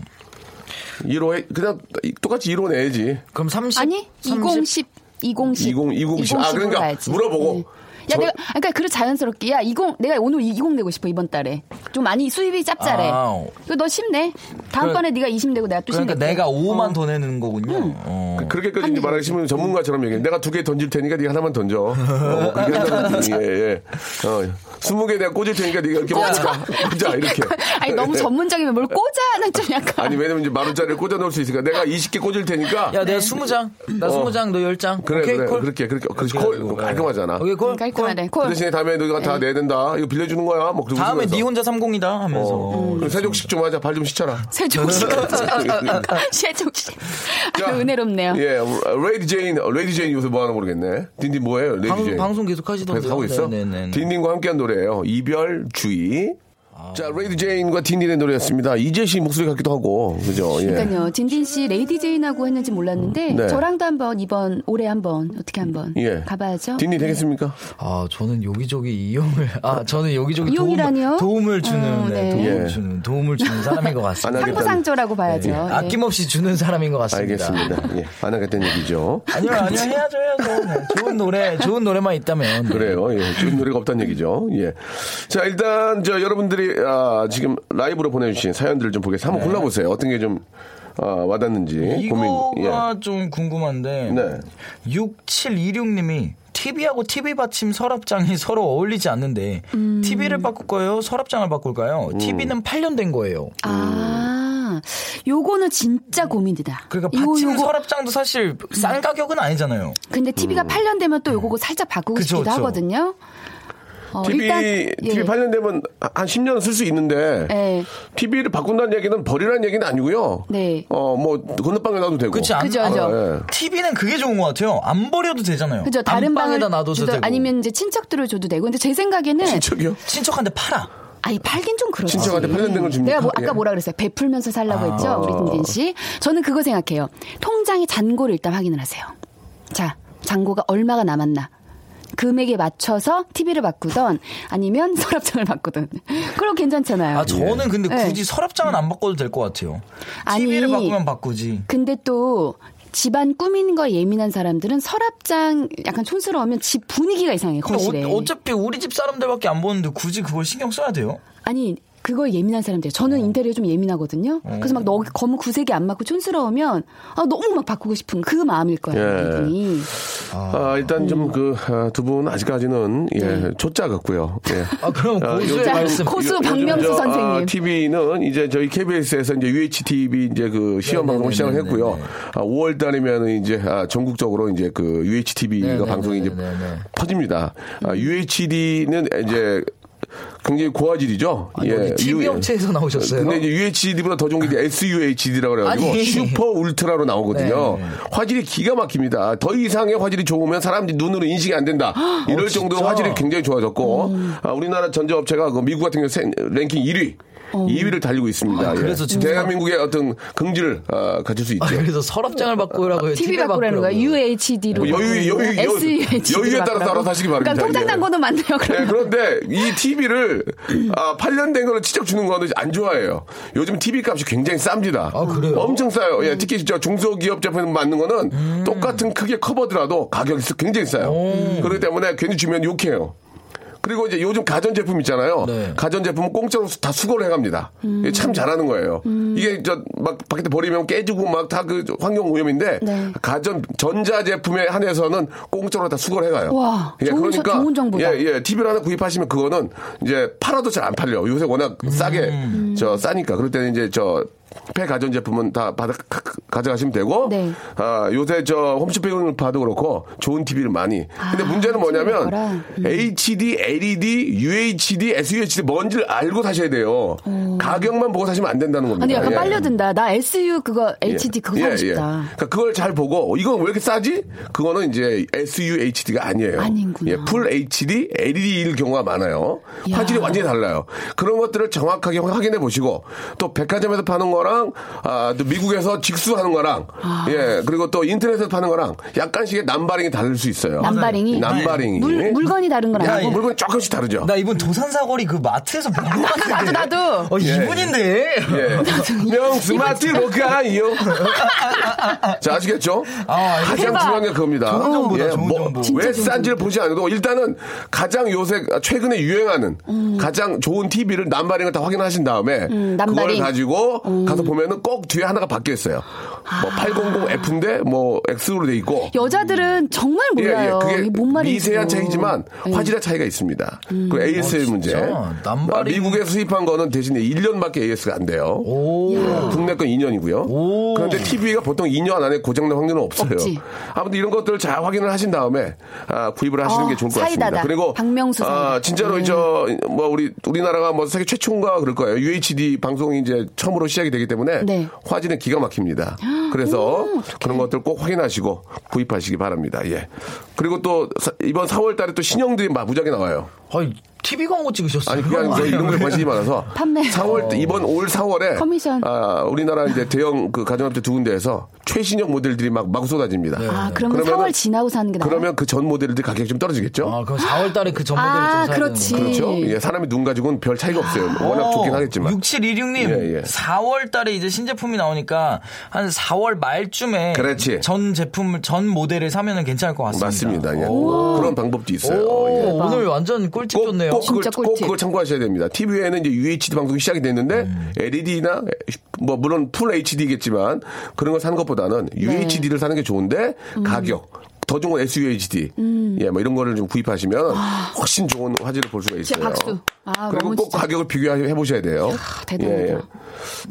S1: 1호에 그냥 똑같이 1호 내야지.
S5: 그럼 30
S4: 아니 2010 2010
S1: 20, 2010. 아, 그러니까 물어보고.
S4: 네. 야
S1: 저-
S4: 내가 아, 그러니까 그래 자연스럽게 야 20, 내가 오늘 20 내고 싶어 이번 달에 좀 많이 수입이 짭짤해.
S5: 아.
S4: 이거 너10 내.
S1: 그러니까
S4: 다음번에 네가 20 내고 내가 또10
S5: 그러니까
S4: 낼게.
S5: 내가
S4: 어.
S5: 5만 더 내는 거군요. 어.
S1: 그렇게까지 이제 말하기 싫으면 전문가처럼 얘기해. 내가 두 개 던질 테니까 네가 하나만 던져. 어, 뭐
S4: 아,
S1: 그렇게 한다는 느낌이, 예, 예. 어, 스무 개 내가 꽂을 테니까 네가 이렇게 꽂아. 꽂아, 이렇게.
S4: 그러니까
S1: 네.
S4: 아니 너무 전문적이면 뭘 꽂아는 좀 약간.
S1: 아니, 왜냐면 이제 만원짜리를 꽂아 넣을 수 있으니까 내가 20개 꽂을 테니까.
S5: 그, 야 내가 20장, 나 20장, 너
S1: 네.
S5: 10장.
S1: 어. 그래,
S5: 오케이,
S1: 그래.
S5: 콜.
S1: 그렇게, 그렇게. 그렇게
S5: 그렇게
S1: 콜. 뭐
S5: 해가지고, 예.
S1: 깔끔하잖아.
S5: 오케이,
S4: 음,
S5: 콜. 네.
S4: 깔끔하네.
S1: 그
S4: 콜.
S1: 대신에 다음에 너가 다 내야 된다. 이거 빌려주는 거야. 뭐, 그러고
S5: 다음에
S1: 웃으면서.
S5: 네 혼자 30이다 뭐 하면서. 음.
S1: 어, 그럼 세족식 좀 하자. 발 좀 씻어라.
S4: 세종시. 세종시. 아,
S1: 자,
S4: 은혜롭네요.
S1: 예, 레이디 제인, 레이디 제인 요새 뭐 하나 모르겠네. 딘딘 뭐예요? 레이디
S5: 방,
S1: 제인.
S5: 방송 계속 네, 하시던데.
S1: 계속 하고 있어? 딘딘과 함께한 노래예요. 이별 주의. 자, 레이디 제인과 딘딘의 노래였습니다. 이재 씨 목소리 같기도 하고, 그죠? 예.
S4: 그러니까요. 진진 씨 레이디 제인하고 했는지 몰랐는데
S1: 네.
S4: 저랑도 한번 이번 올해 한번 어떻게 한번
S1: 예.
S4: 가봐야죠.
S1: 딘딘 되겠습니까?
S5: 아, 저는 여기저기 이용을, 아, 저는 여기저기
S4: 이용이라니요?
S5: 도움을, 도움을 주는,
S4: 어,
S5: 네,
S4: 네.
S5: 도움을
S1: 예.
S5: 주는, 도움을 주는 사람인 것 같습니다.
S1: 안 하겠다는,
S4: 상부상조라고 봐야죠. 예.
S5: 아, 네. 아낌없이 주는 사람인 것 같습니다.
S1: 알겠습니다. 예. 안 하겠다는 얘기죠.
S5: 아니요, 아니요, 해야죠, 해야죠. 네, 좋은 노래, 좋은 노래만 있다면.
S1: 그래요. 예. 좋은 노래가 없다는 얘기죠. 예. 자, 일단, 저, 여러분들이, 아, 지금 라이브로 보내주신 사연들을 좀 보겠습니다.
S5: 네.
S1: 한번 골라보세요. 어떤 게 좀, 아, 와닿는지. 고민. 예.
S5: 이거가 좀 궁금한데.
S1: 네.
S5: 6726님이 TV하고 TV 받침 서랍장이 서로 어울리지 않는데
S4: 음.
S5: TV를 바꿀 거예요? 서랍장을 바꿀까요?
S1: 음.
S5: TV는 8년 된 거예요.
S4: 아, 요거는 진짜 고민이다.
S5: 그러니까
S4: 요-
S5: 받침
S4: 요거- 음.
S5: 서랍장도 사실 싼 가격은 아니잖아요.
S4: 근데 TV가 8년 되면 또 요거 살짝 바꾸고
S5: 음. 그쵸,
S4: 싶기도
S5: 그쵸.
S4: 하거든요. 어,
S1: TV,
S4: 일단,
S1: TV 8년 되면 한 10년 쓸 수 있는데,
S4: 예.
S1: TV를 바꾼다는 얘기는 버리라는 얘기는 아니고요.
S4: 네.
S1: 어, 뭐, 건너방에 놔도 되고.
S5: 그렇지 않
S4: 그죠, 그죠.
S1: 예.
S5: TV는 그게 좋은 것 같아요. 안 버려도 되잖아요.
S4: 그죠 다른 방에
S5: 안방에다 놔둬도 되고. 아,
S4: 아니면 이제 친척들을 줘도 되고 근데 제 생각에는
S1: 저기요?
S5: 친척한테 팔아.
S4: 아니 팔긴 좀 그렇지.
S1: 친척한테 팔려는 걸 줍니까?
S4: 내가 뭐,
S1: 예. 아.
S4: 아까 뭐라 그랬어요? 베풀면서 살라고 했죠, 우리 김진 씨. 저는 그거 생각해요. 통장의 잔고를 일단 확인을 하세요. 자, 잔고가 얼마가 남았나. 금액에 맞춰서 TV를 바꾸던 아니면 서랍장을 바꾸던 그럼 괜찮잖아요.
S5: 아 저는 근데
S4: 예.
S5: 굳이 서랍장은 안 바꿔도 될 것 같아요.
S4: 아니.
S5: TV를 바꾸면 바꾸지.
S4: 근데 또 집안 꾸미는 거 예민한 사람들은 서랍장 약간 촌스러우면 집 분위기가 이상해 거실에.
S5: 근데 어, 어차피 우리 집 사람들밖에 안 보는데 굳이 그걸 신경 써야 돼요?
S4: 아니 그걸 예민한 사람들 저는 인테리어 좀 예민하거든요.
S1: 음.
S4: 그래서 막 너, 검은 구색이 안 맞고 촌스러우면 아, 너무 막 바꾸고 싶은 그 마음일 거예요.
S1: 예.
S4: 이분이.
S1: 아, 일단 좀 그, 아, 두 분 아직까지는, 예, 조짜 같고요. 예.
S5: 아 그럼 고수의
S4: 요즘-
S5: 말씀.
S4: 네. 고- 고수
S1: 요- 요즘
S4: 박명수
S1: 저,
S4: 선생님.
S1: TV는 이제 저희 KBS에서 이제 UHTV 이제 그 시험
S5: 네네네네네.
S1: 방송을 시작을 했고요.
S5: 네네.
S1: 아, 5월 달이면은 이제 아, 전국적으로 이제 그 UHTV가
S5: 네네네네네.
S1: 방송이 이제 퍼집니다. 아, UHD는 이제 굉장히 고화질이죠. 예,
S5: 아니, 어디 TV 업체에서 나오셨어요? 아.
S1: 근데 이제 UHD보다 더 좋은 게 이제 SUHD라고 그래가지고
S5: 아니.
S1: 슈퍼 울트라로 나오거든요.
S5: 네.
S1: 화질이 기가 막힙니다. 더 이상의 화질이 좋으면 사람들이 눈으로 인식이 안 된다. 이럴 정도로
S5: 아, 어, 진짜? 음.
S1: 화질이 굉장히 좋아졌고 아, 우리나라 전자업체가 그 미국 같은 경우 세- 랭킹 1위. 2위를 달리고 있습니다.
S5: 어. 아,
S1: 예.
S5: 그래서 진짜-
S1: 대한민국의 어떤 긍지를 아, 가질 수 있죠.
S5: 아, 그래서 서랍장을
S1: 어,
S5: 바꾸라고 해요.
S4: TV 바꾸라는 거야. UHD로.
S1: 뭐 여유, 여유, 여유,
S4: SUHD.
S1: 여유에 따라 따라서 하시기 바랍니다.
S4: 그러니까 통장
S1: 예.
S4: 잔고는 맞네요.
S1: 네,
S4: 그러면.
S1: 그런데 이 TV를 아, 8년 된 거를 치적 주는 거는 안 좋아해요. 요즘 TV 값이 굉장히 쌉니다.
S5: 아, 그래요?
S1: 엄청 싸요.
S4: 음.
S1: 예, 특히 진짜 중소기업 제품 맞는 거는 똑같은 크게 커버더라도 가격이 굉장히 싸요. 그렇기 때문에 괜히 주면 욕해요. 그리고 이제 요즘 가전제품 있잖아요.
S5: 네.
S1: 가전제품은 공짜로 다 수거를 해갑니다. 이게
S4: 음.
S1: 참 잘하는 거예요. 이게 저 막 밖에 버리면 깨지고 막 다 그 환경 오염인데
S4: 네.
S1: 가전 전자제품에 한해서는 공짜로 다 수거를 해가요.
S4: 와,
S1: 예,
S4: 좋은 저- 좋은 정보다.
S1: 예, 예, TV를 하나 구입하시면 그거는 이제 팔아도 잘 안 팔려. 요새 워낙 싸게
S4: 음.
S1: 저 싸니까. 그럴 때는 이제 저 폐가전 제품은 다 받아 가- 가져가시면 되고
S4: 네.
S1: 아 요새 저 홈쇼핑을 봐도 그렇고 좋은 TV를 많이 근데
S4: 아,
S1: 문제는 뭐냐면
S4: 거라. 음.
S1: HD, LED, UHD, SUHD 뭔지를 알고 사셔야 돼요 가격만 보고 사시면 안 된다는 겁니다
S4: 아니 약간
S1: 예.
S4: 빨려든다. 나 SU 그거
S1: 예.
S4: HD 그거
S1: 예,
S4: 사고
S1: 예.
S4: 싶다.
S1: 그러니까 그걸 잘 보고 이건 왜 이렇게 싸지? 그거는 이제 SUHD가 아니에요.
S4: 아닌구나.
S1: 예, 풀 HD, LED일 경우가 많아요.
S4: 야.
S1: 화질이 완전히 달라요. 그런 것들을 정확하게 확인해 보시고 또 백화점에서 파는 거랑 아, 또 미국에서 직수하는 거랑
S4: 아.
S1: 예 그리고 또 인터넷에서 파는 거랑 약간씩의 남바링이 다를 수 있어요. 네.
S4: 남바링이?
S1: 남바링이
S4: 물, 물건이 다른 건
S1: 야,
S4: 아니고.
S1: 물건이 조금씩 다르죠.
S5: 나 이번 도산사거리 그 마트에서 나도
S4: 나도, 나도.
S5: 어,
S1: 예.
S5: 이분인데.
S1: 예. 명 스마트 로카이요. 자, 아시겠죠?
S5: 아,
S1: 가장 중요한 게 그겁니다. 어, 예, 뭐,
S5: 좋은 정보다, 좋은 정보.
S1: 왜 싼지를 보지 않아도 일단은 가장 요새 아, 최근에 유행하는
S5: 음.
S1: 가장 좋은 TV를 남바링을 다 확인하신 다음에 그걸
S4: 남바링.
S1: 가지고
S5: 음.
S1: 가서 보면은 꼭 뒤에 하나가 바뀌어 있어요. 뭐
S5: 아.
S1: 800F인데 뭐 X로 돼 있고
S4: 여자들은 정말
S5: 예,
S4: 몰라요. 이게
S1: 예, 그게
S4: 뭔 말인지.
S1: 미세한 차이지만 화질의 차이가 있습니다. 그 AS의
S5: 어,
S1: 문제.
S5: 진짜? 예. 남발이-
S1: 아, 미국에 수입한 거는 대신에 1년밖에 AS가 안 돼요. 예, 국내 건 2년이고요.
S5: 오.
S1: 그런데 TV가 보통 2년 안에 고장날 확률은 없어요.
S4: 없지.
S1: 아무튼 이런 것들을 잘 확인을 하신 다음에 아, 구입을 하시는
S4: 어,
S1: 게 좋을 것 같습니다.
S4: 사이다다.
S1: 그리고
S4: 박명수
S1: 아,
S4: 사이다. 네.
S1: 진짜로 저뭐 우리 우리나라가 뭐 세계 최초인가 그럴 거예요. UHD 방송이 이제 처음으로 시작이 되기 때문에
S4: 네.
S1: 화질은 기가 막힙니다. 그래서 그런 것들 꼭 확인하시고 구입하시기 바랍니다. 예. 그리고 또 사- 이번 4월 달에 또 신형들이 막 무작위 나와요.
S5: 아니, TV 광고 찍으셨어요.
S1: 아니 그게 아니고 저희 이런 거에 관심이 많아서
S4: 판매.
S1: 4월 때, 이번 올 4월에
S4: 커미션.
S1: 아, 우리나라 이제 대형 그 가전업체 두 군데에서 최신형 모델들이 막 마구 쏟아집니다.
S4: 아, 그러면 4월 지나고 사는 게 나아요?
S1: 예. 그러면 그 전 모델들 가격이 좀 떨어지겠죠?
S5: 아, 그럼 4월 달에 그 전문들을
S4: 아,
S5: 좀 사야
S4: 그렇지.
S1: 그렇죠. 예, 사람이 눈 가지고는 별 차이가 없어요. 워낙 좋긴 하겠지만.
S5: 6716님,
S1: 예, 예.
S5: 4월 달에 이제 신제품이 나오니까 한 4월 말쯤에
S1: 그렇지.
S5: 전 제품을, 전 모델을 사면은 괜찮을 것 같습니다.
S1: 맞습니다. 예.
S5: 오.
S1: 그런 방법도 있어요. 예.
S5: 오, 오늘 완전 꿀팁
S1: 꼭,
S5: 줬네요.
S1: 꼭, 그걸,
S4: 진짜
S1: 꼭
S4: 꿀팁.
S1: 그걸 참고하셔야 됩니다. TV에는 이제 UHD 방송이 시작이 됐는데
S5: 음.
S1: LED나 뭐 물론 풀 HD겠지만 그런 걸 사는 것보다는
S4: 네.
S1: UHD를 사는 게 좋은데
S4: 음.
S1: 가격 더 좋은 SUHD 예 뭐 이런 거를 좀 구입하시면 훨씬 좋은 화질을 볼 수가 있어요.
S4: 아. 진짜 박수. 아,
S1: 그리고
S4: 너무
S1: 꼭
S4: 진짜.
S1: 가격을 비교해 보셔야 돼요. 예,
S4: 대단하다.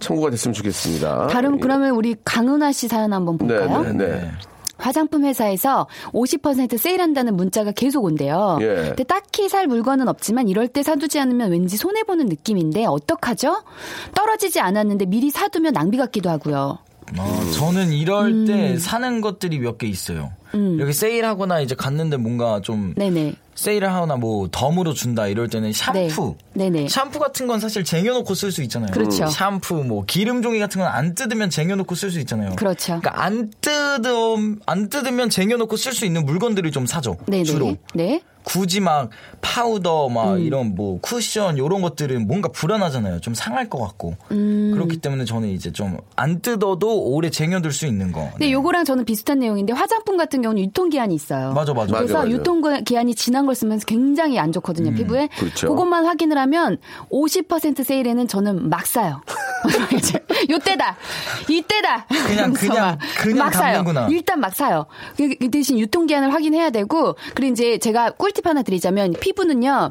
S1: 참고가 됐으면 좋겠습니다.
S4: 다른
S1: 예.
S4: 그러면 우리 강은하 씨 사연 한번
S1: 네,
S4: 볼까요?
S1: 네, 네.
S4: 화장품 회사에서 50% 세일한다는 문자가 계속 온대요.
S1: 예.
S4: 근데 딱히 살 물건은 없지만 이럴 때 사두지 않으면 왠지 손해 보는 느낌인데 어떡하죠? 떨어지지 않았는데 미리 사두면 낭비 같기도 하고요.
S5: 아, 저는 이럴
S4: 음.
S5: 때 사는 것들이 몇 개 있어요. 이렇게 세일하거나 이제 갔는데 뭔가 좀
S4: 네네.
S5: 세일을 하거나 뭐 덤으로 준다 이럴 때는 샴푸.
S4: 네. 네네.
S5: 샴푸 같은 건 사실 쟁여놓고 쓸 수 있잖아요.
S4: 그렇죠.
S5: 샴푸, 뭐 기름 종이 같은 건 안 뜯으면 쟁여놓고 쓸 수 있잖아요.
S4: 그렇죠.
S5: 그러니까 안 뜯음 안 뜯으면 쟁여놓고 쓸 수 있는 물건들을 좀 사죠.
S4: 네네.
S5: 주로
S4: 네.
S5: 굳이 막 파우더 막 이런 뭐 쿠션 이런 것들은 뭔가 불안하잖아요. 좀 상할 것 같고 그렇기 때문에 저는 이제 좀 안 뜯어도 오래 쟁여둘 수 있는 거. 네.
S4: 근데 요거랑 저는 비슷한 내용인데 화장품 같은 경우는 유통기한이 있어요.
S5: 맞아 맞아.
S1: 맞아.
S4: 그래서 유통기한이 지난 걸 쓰면서 굉장히 안 좋거든요, 피부에.
S1: 그렇죠.
S4: 것만 확인을 하면 50% 세일에는 저는 막 사요. 이제 요때다! 이때다!
S5: 그냥,
S4: 그러면서
S5: 그냥,
S4: 막
S5: 그냥
S4: 막 사요.
S5: 담는구나.
S4: 일단 막 사요. 그- 그 대신 유통기한을 확인해야 되고, 그리고 이제 제가 꿀팁 하나 드리자면 피부는요,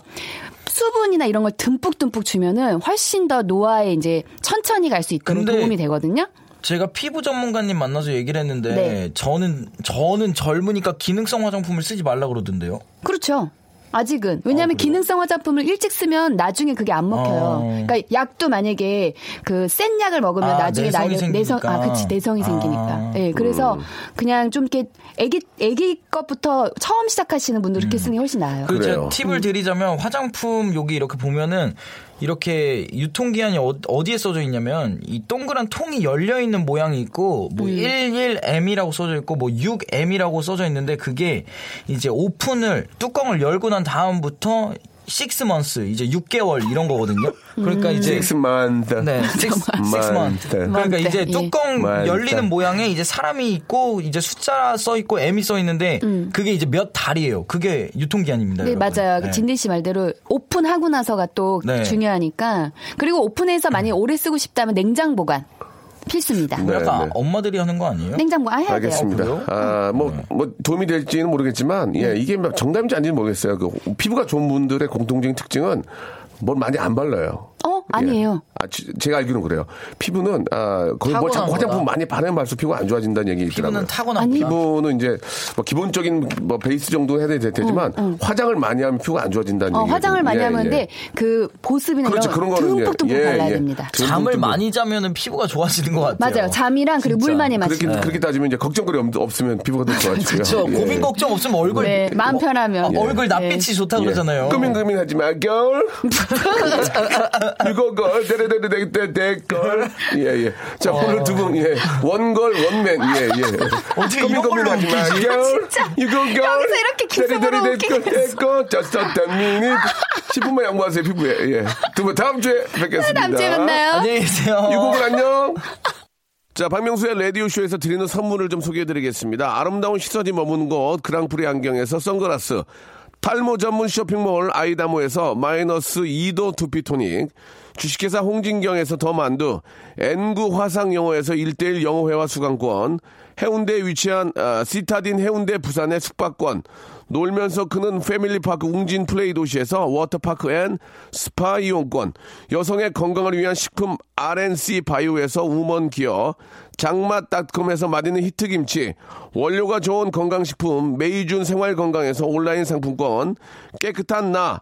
S4: 수분이나 이런 걸 듬뿍듬뿍 주면은 훨씬 더 노화에 이제 천천히 갈 수 있도록
S5: 근데
S4: 도움이 되거든요.
S5: 제가 피부 전문가님 만나서 얘기를 했는데
S4: 네.
S5: 저는 저는 젊으니까 기능성 화장품을 쓰지 말라 그러던데요.
S4: 그렇죠. 아직은 왜냐하면 기능성 화장품을 일찍 쓰면 나중에 그게 안 먹혀요.
S5: 어.
S4: 그러니까 약도 만약에 그 센 약을 먹으면
S5: 아,
S4: 나중에
S5: 내성이
S4: 나이 내성
S5: 생기니까.
S4: 아 그치 내성이
S5: 아.
S4: 생기니까. 예, 그래서 그냥 좀 이렇게 애기 애기 것부터 처음 시작하시는 분들 이렇게 쓰는 게 훨씬 나아요. 음.
S5: 그
S1: 그래요.
S5: 제가 팁을 드리자면 화장품 여기 이렇게 보면은 이렇게 유통기한이 어, 디에 써져 있냐면 이 동그란 통이 열려 있는 모양이 있고 뭐
S4: 음.
S5: 11M이라고 써져 있고 뭐 6M이라고 써져 있는데 그게 이제 오픈을 뚜껑을 열고 난 다음부터 6 months 이제 6개월 이런 거거든요. 그러니까 이제
S4: 음.
S1: 만
S5: 네,
S1: 만-
S5: 6만.
S1: 네.
S5: 그러니까
S4: 만 예.
S5: 이제
S4: 때,
S5: 뚜껑
S1: 만 때.
S5: 열리는 모양에 이제 사람이 있고 이제 숫자 써 있고 M이 써 있는데 그게 이제 몇 달이에요. 그게 유통기한입니다.
S4: 음. 네,
S5: 여러분.
S4: 맞아요.
S5: 네.
S4: 진디 씨 말대로 오픈하고 나서가 또
S5: 네.
S4: 중요하니까. 그리고 오픈해서 만약에 오래 쓰고 싶다면 냉장 보관 필수입니다.
S1: 네,
S5: 약간
S1: 네.
S5: 엄마들이 하는 거 아니에요?
S4: 냉장 보관 해야 돼요. 네.
S1: 알겠습니다. 아, 뭐, 뭐 도움이 될지는 모르겠지만, 예, 이게 막 정답인지 아닌지 모르겠어요. 그 피부가 좋은 분들의 공통적인 특징은 뭘 많이 안 발라요.
S4: 어 아니에요.
S1: 예. 아, 지- 제가 알기로는 그래요. 피부는 아, 거의 뭐
S5: 타고난
S1: 자꾸 화장품
S5: 거다.
S1: 많이 바르면 발수 피부가 안 좋아진다는 얘기 있더라고요.
S5: 피부는 타고난
S4: 아니,
S5: 거다.
S1: 피부는 이제 뭐 기본적인 뭐 베이스 정도 해야 되- 되지만 화장을 많이 하면 피부가 안 좋아진다는
S4: 어,
S1: 얘기.
S4: 화장을 많이 하면 근데 그 보습이나
S1: 예. 그렇죠.
S4: 이런
S1: 그런
S4: 거
S1: 거는 이제-
S4: 듬뿍듬뿍
S1: 예,
S4: 발라야
S1: 예.
S4: 됩니다.
S5: 잠을
S1: 듬뿍듬뿍.
S5: 많이 자면은 피부가 좋아지는 것 같아요.
S4: 맞아요. 잠이랑 그리고 물 많이
S1: 그렇게
S4: 마시고.
S1: 그렇게 따지면 이제 걱정거리 없- 없으면 피부가 더 좋아지고요.
S5: 그렇죠.
S1: 예.
S5: 고민 걱정 없으면 얼굴
S4: 네, 마음
S1: 뭐,
S4: 편하면.
S5: 어, 얼굴
S4: 예.
S5: 낯빛이 좋다 고
S1: 예.
S5: 그러잖아요.
S1: 꾸민꾸민하지 마, 겨울. 이거 그거걸 데레데레데데걸 예 예. 자 오늘 두 분 예. 원걸 원맨 예 예.
S5: 어떻게 이런 걸로 웃기지?
S1: 이거걸
S6: 여기서 이렇게 기사로 웃기게
S1: 데레데레데걸 저저저 미니 10분만 양보하세요 피부에 예. 두 분 다음 주에 뵙겠습니다.
S6: 다음 주에
S4: 네.
S6: 만나요.
S5: 안녕히 계세요.
S1: 유곡을 안녕. 자, 박명수의 라디오쇼에서 드리는 선물을 좀 소개해드리겠습니다. 아름다운 시선이 머무는 곳, 그랑프리 안경에서 선글라스. 탈모 전문 쇼핑몰 아이다모에서 마이너스 2도 두피토닉. 주식회사 홍진경에서 더 만두. N구 화상영어에서 1대1 영어회화 수강권. 해운대에 위치한 아, 시타딘 해운대 부산의 숙박권. 놀면서 크는 패밀리파크 웅진 플레이 도시에서 워터파크 앤 스파 이용권, 여성의 건강을 위한 식품 RNC 바이오에서 우먼 기어, 장맛닷컴에서 맛있는 히트김치, 원료가 좋은 건강식품 메이준 생활건강에서 온라인 상품권, 깨끗한 나,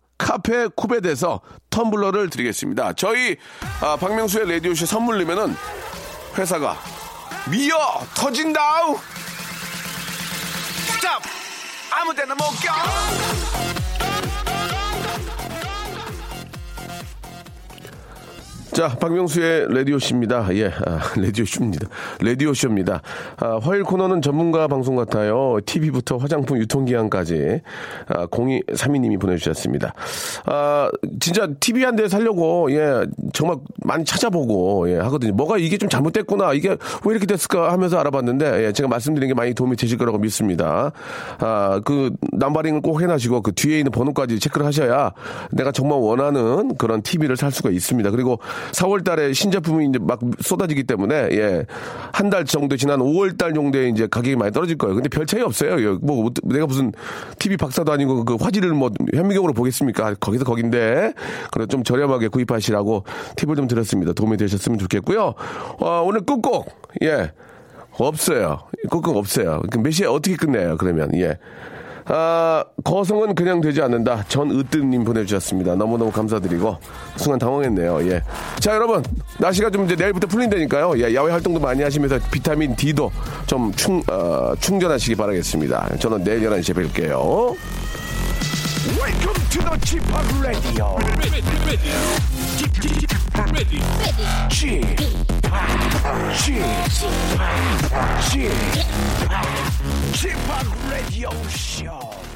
S1: 카페 쿠베에서 텀블러를 드리겠습니다. 저희 아, 박명수의 라디오쇼 선물리면은 회사가 미어 터진다우.
S3: Stop! 아무데나 못 가.
S1: 자, 박명수의 라디오쇼입니다. 예, 아, 라디오쇼입니다. 라디오쇼입니다. 아, 화요일 코너는 전문가 방송 같아요. TV부터 화장품 유통기한까지 아, 0232님이 보내주셨습니다. 아, 진짜 TV 한 대 살려고 예, 정말 많이 찾아보고 예, 하거든요. 뭐가 이게 좀 잘못됐구나. 이게 왜 이렇게 됐을까 하면서 알아봤는데 예, 제가 말씀드린 게 많이 도움이 되실 거라고 믿습니다. 아, 그 남바링을 꼭 해놔시고 그 뒤에 있는 번호까지 체크를 하셔야 내가 정말 원하는 그런 TV를 살 수가 있습니다. 그리고 4월 달에 신제품이 이제 막 쏟아지기 때문에 예. 한 달 정도 지난 5월 달 정도에 이제 가격이 많이 떨어질 거예요. 근데 별 차이 없어요. 예, 뭐 어떠- 내가 무슨 TV 박사도 아니고 그 화질을 뭐 현미경으로 보겠습니까? 아, 거기서 거긴데. 그래 좀 저렴하게 구입하시라고 팁을 좀 드렸습니다. 도움이 되셨으면 좋겠고요. 어, 오늘 끝곡 예. 없어요. 꼭꼭 없어요. 그몇 시에 어떻게 끝내요, 그러면? 예. 아, 거성은 그냥 되지 않는다. 전으뜸님 보내주셨습니다. 너무너무 감사드리고. 순간 당황했네요. 예. 자, 여러분. 날씨가 좀 이제 내일부터 풀린다니까요. 예, 야외 활동도 많이 하시면서 비타민 D도 좀 충, 어, 충전하시기 바라겠습니다. 저는 내일 11시에 뵐게요.
S3: Welcome to the Chip Radio. Chip Radio Show.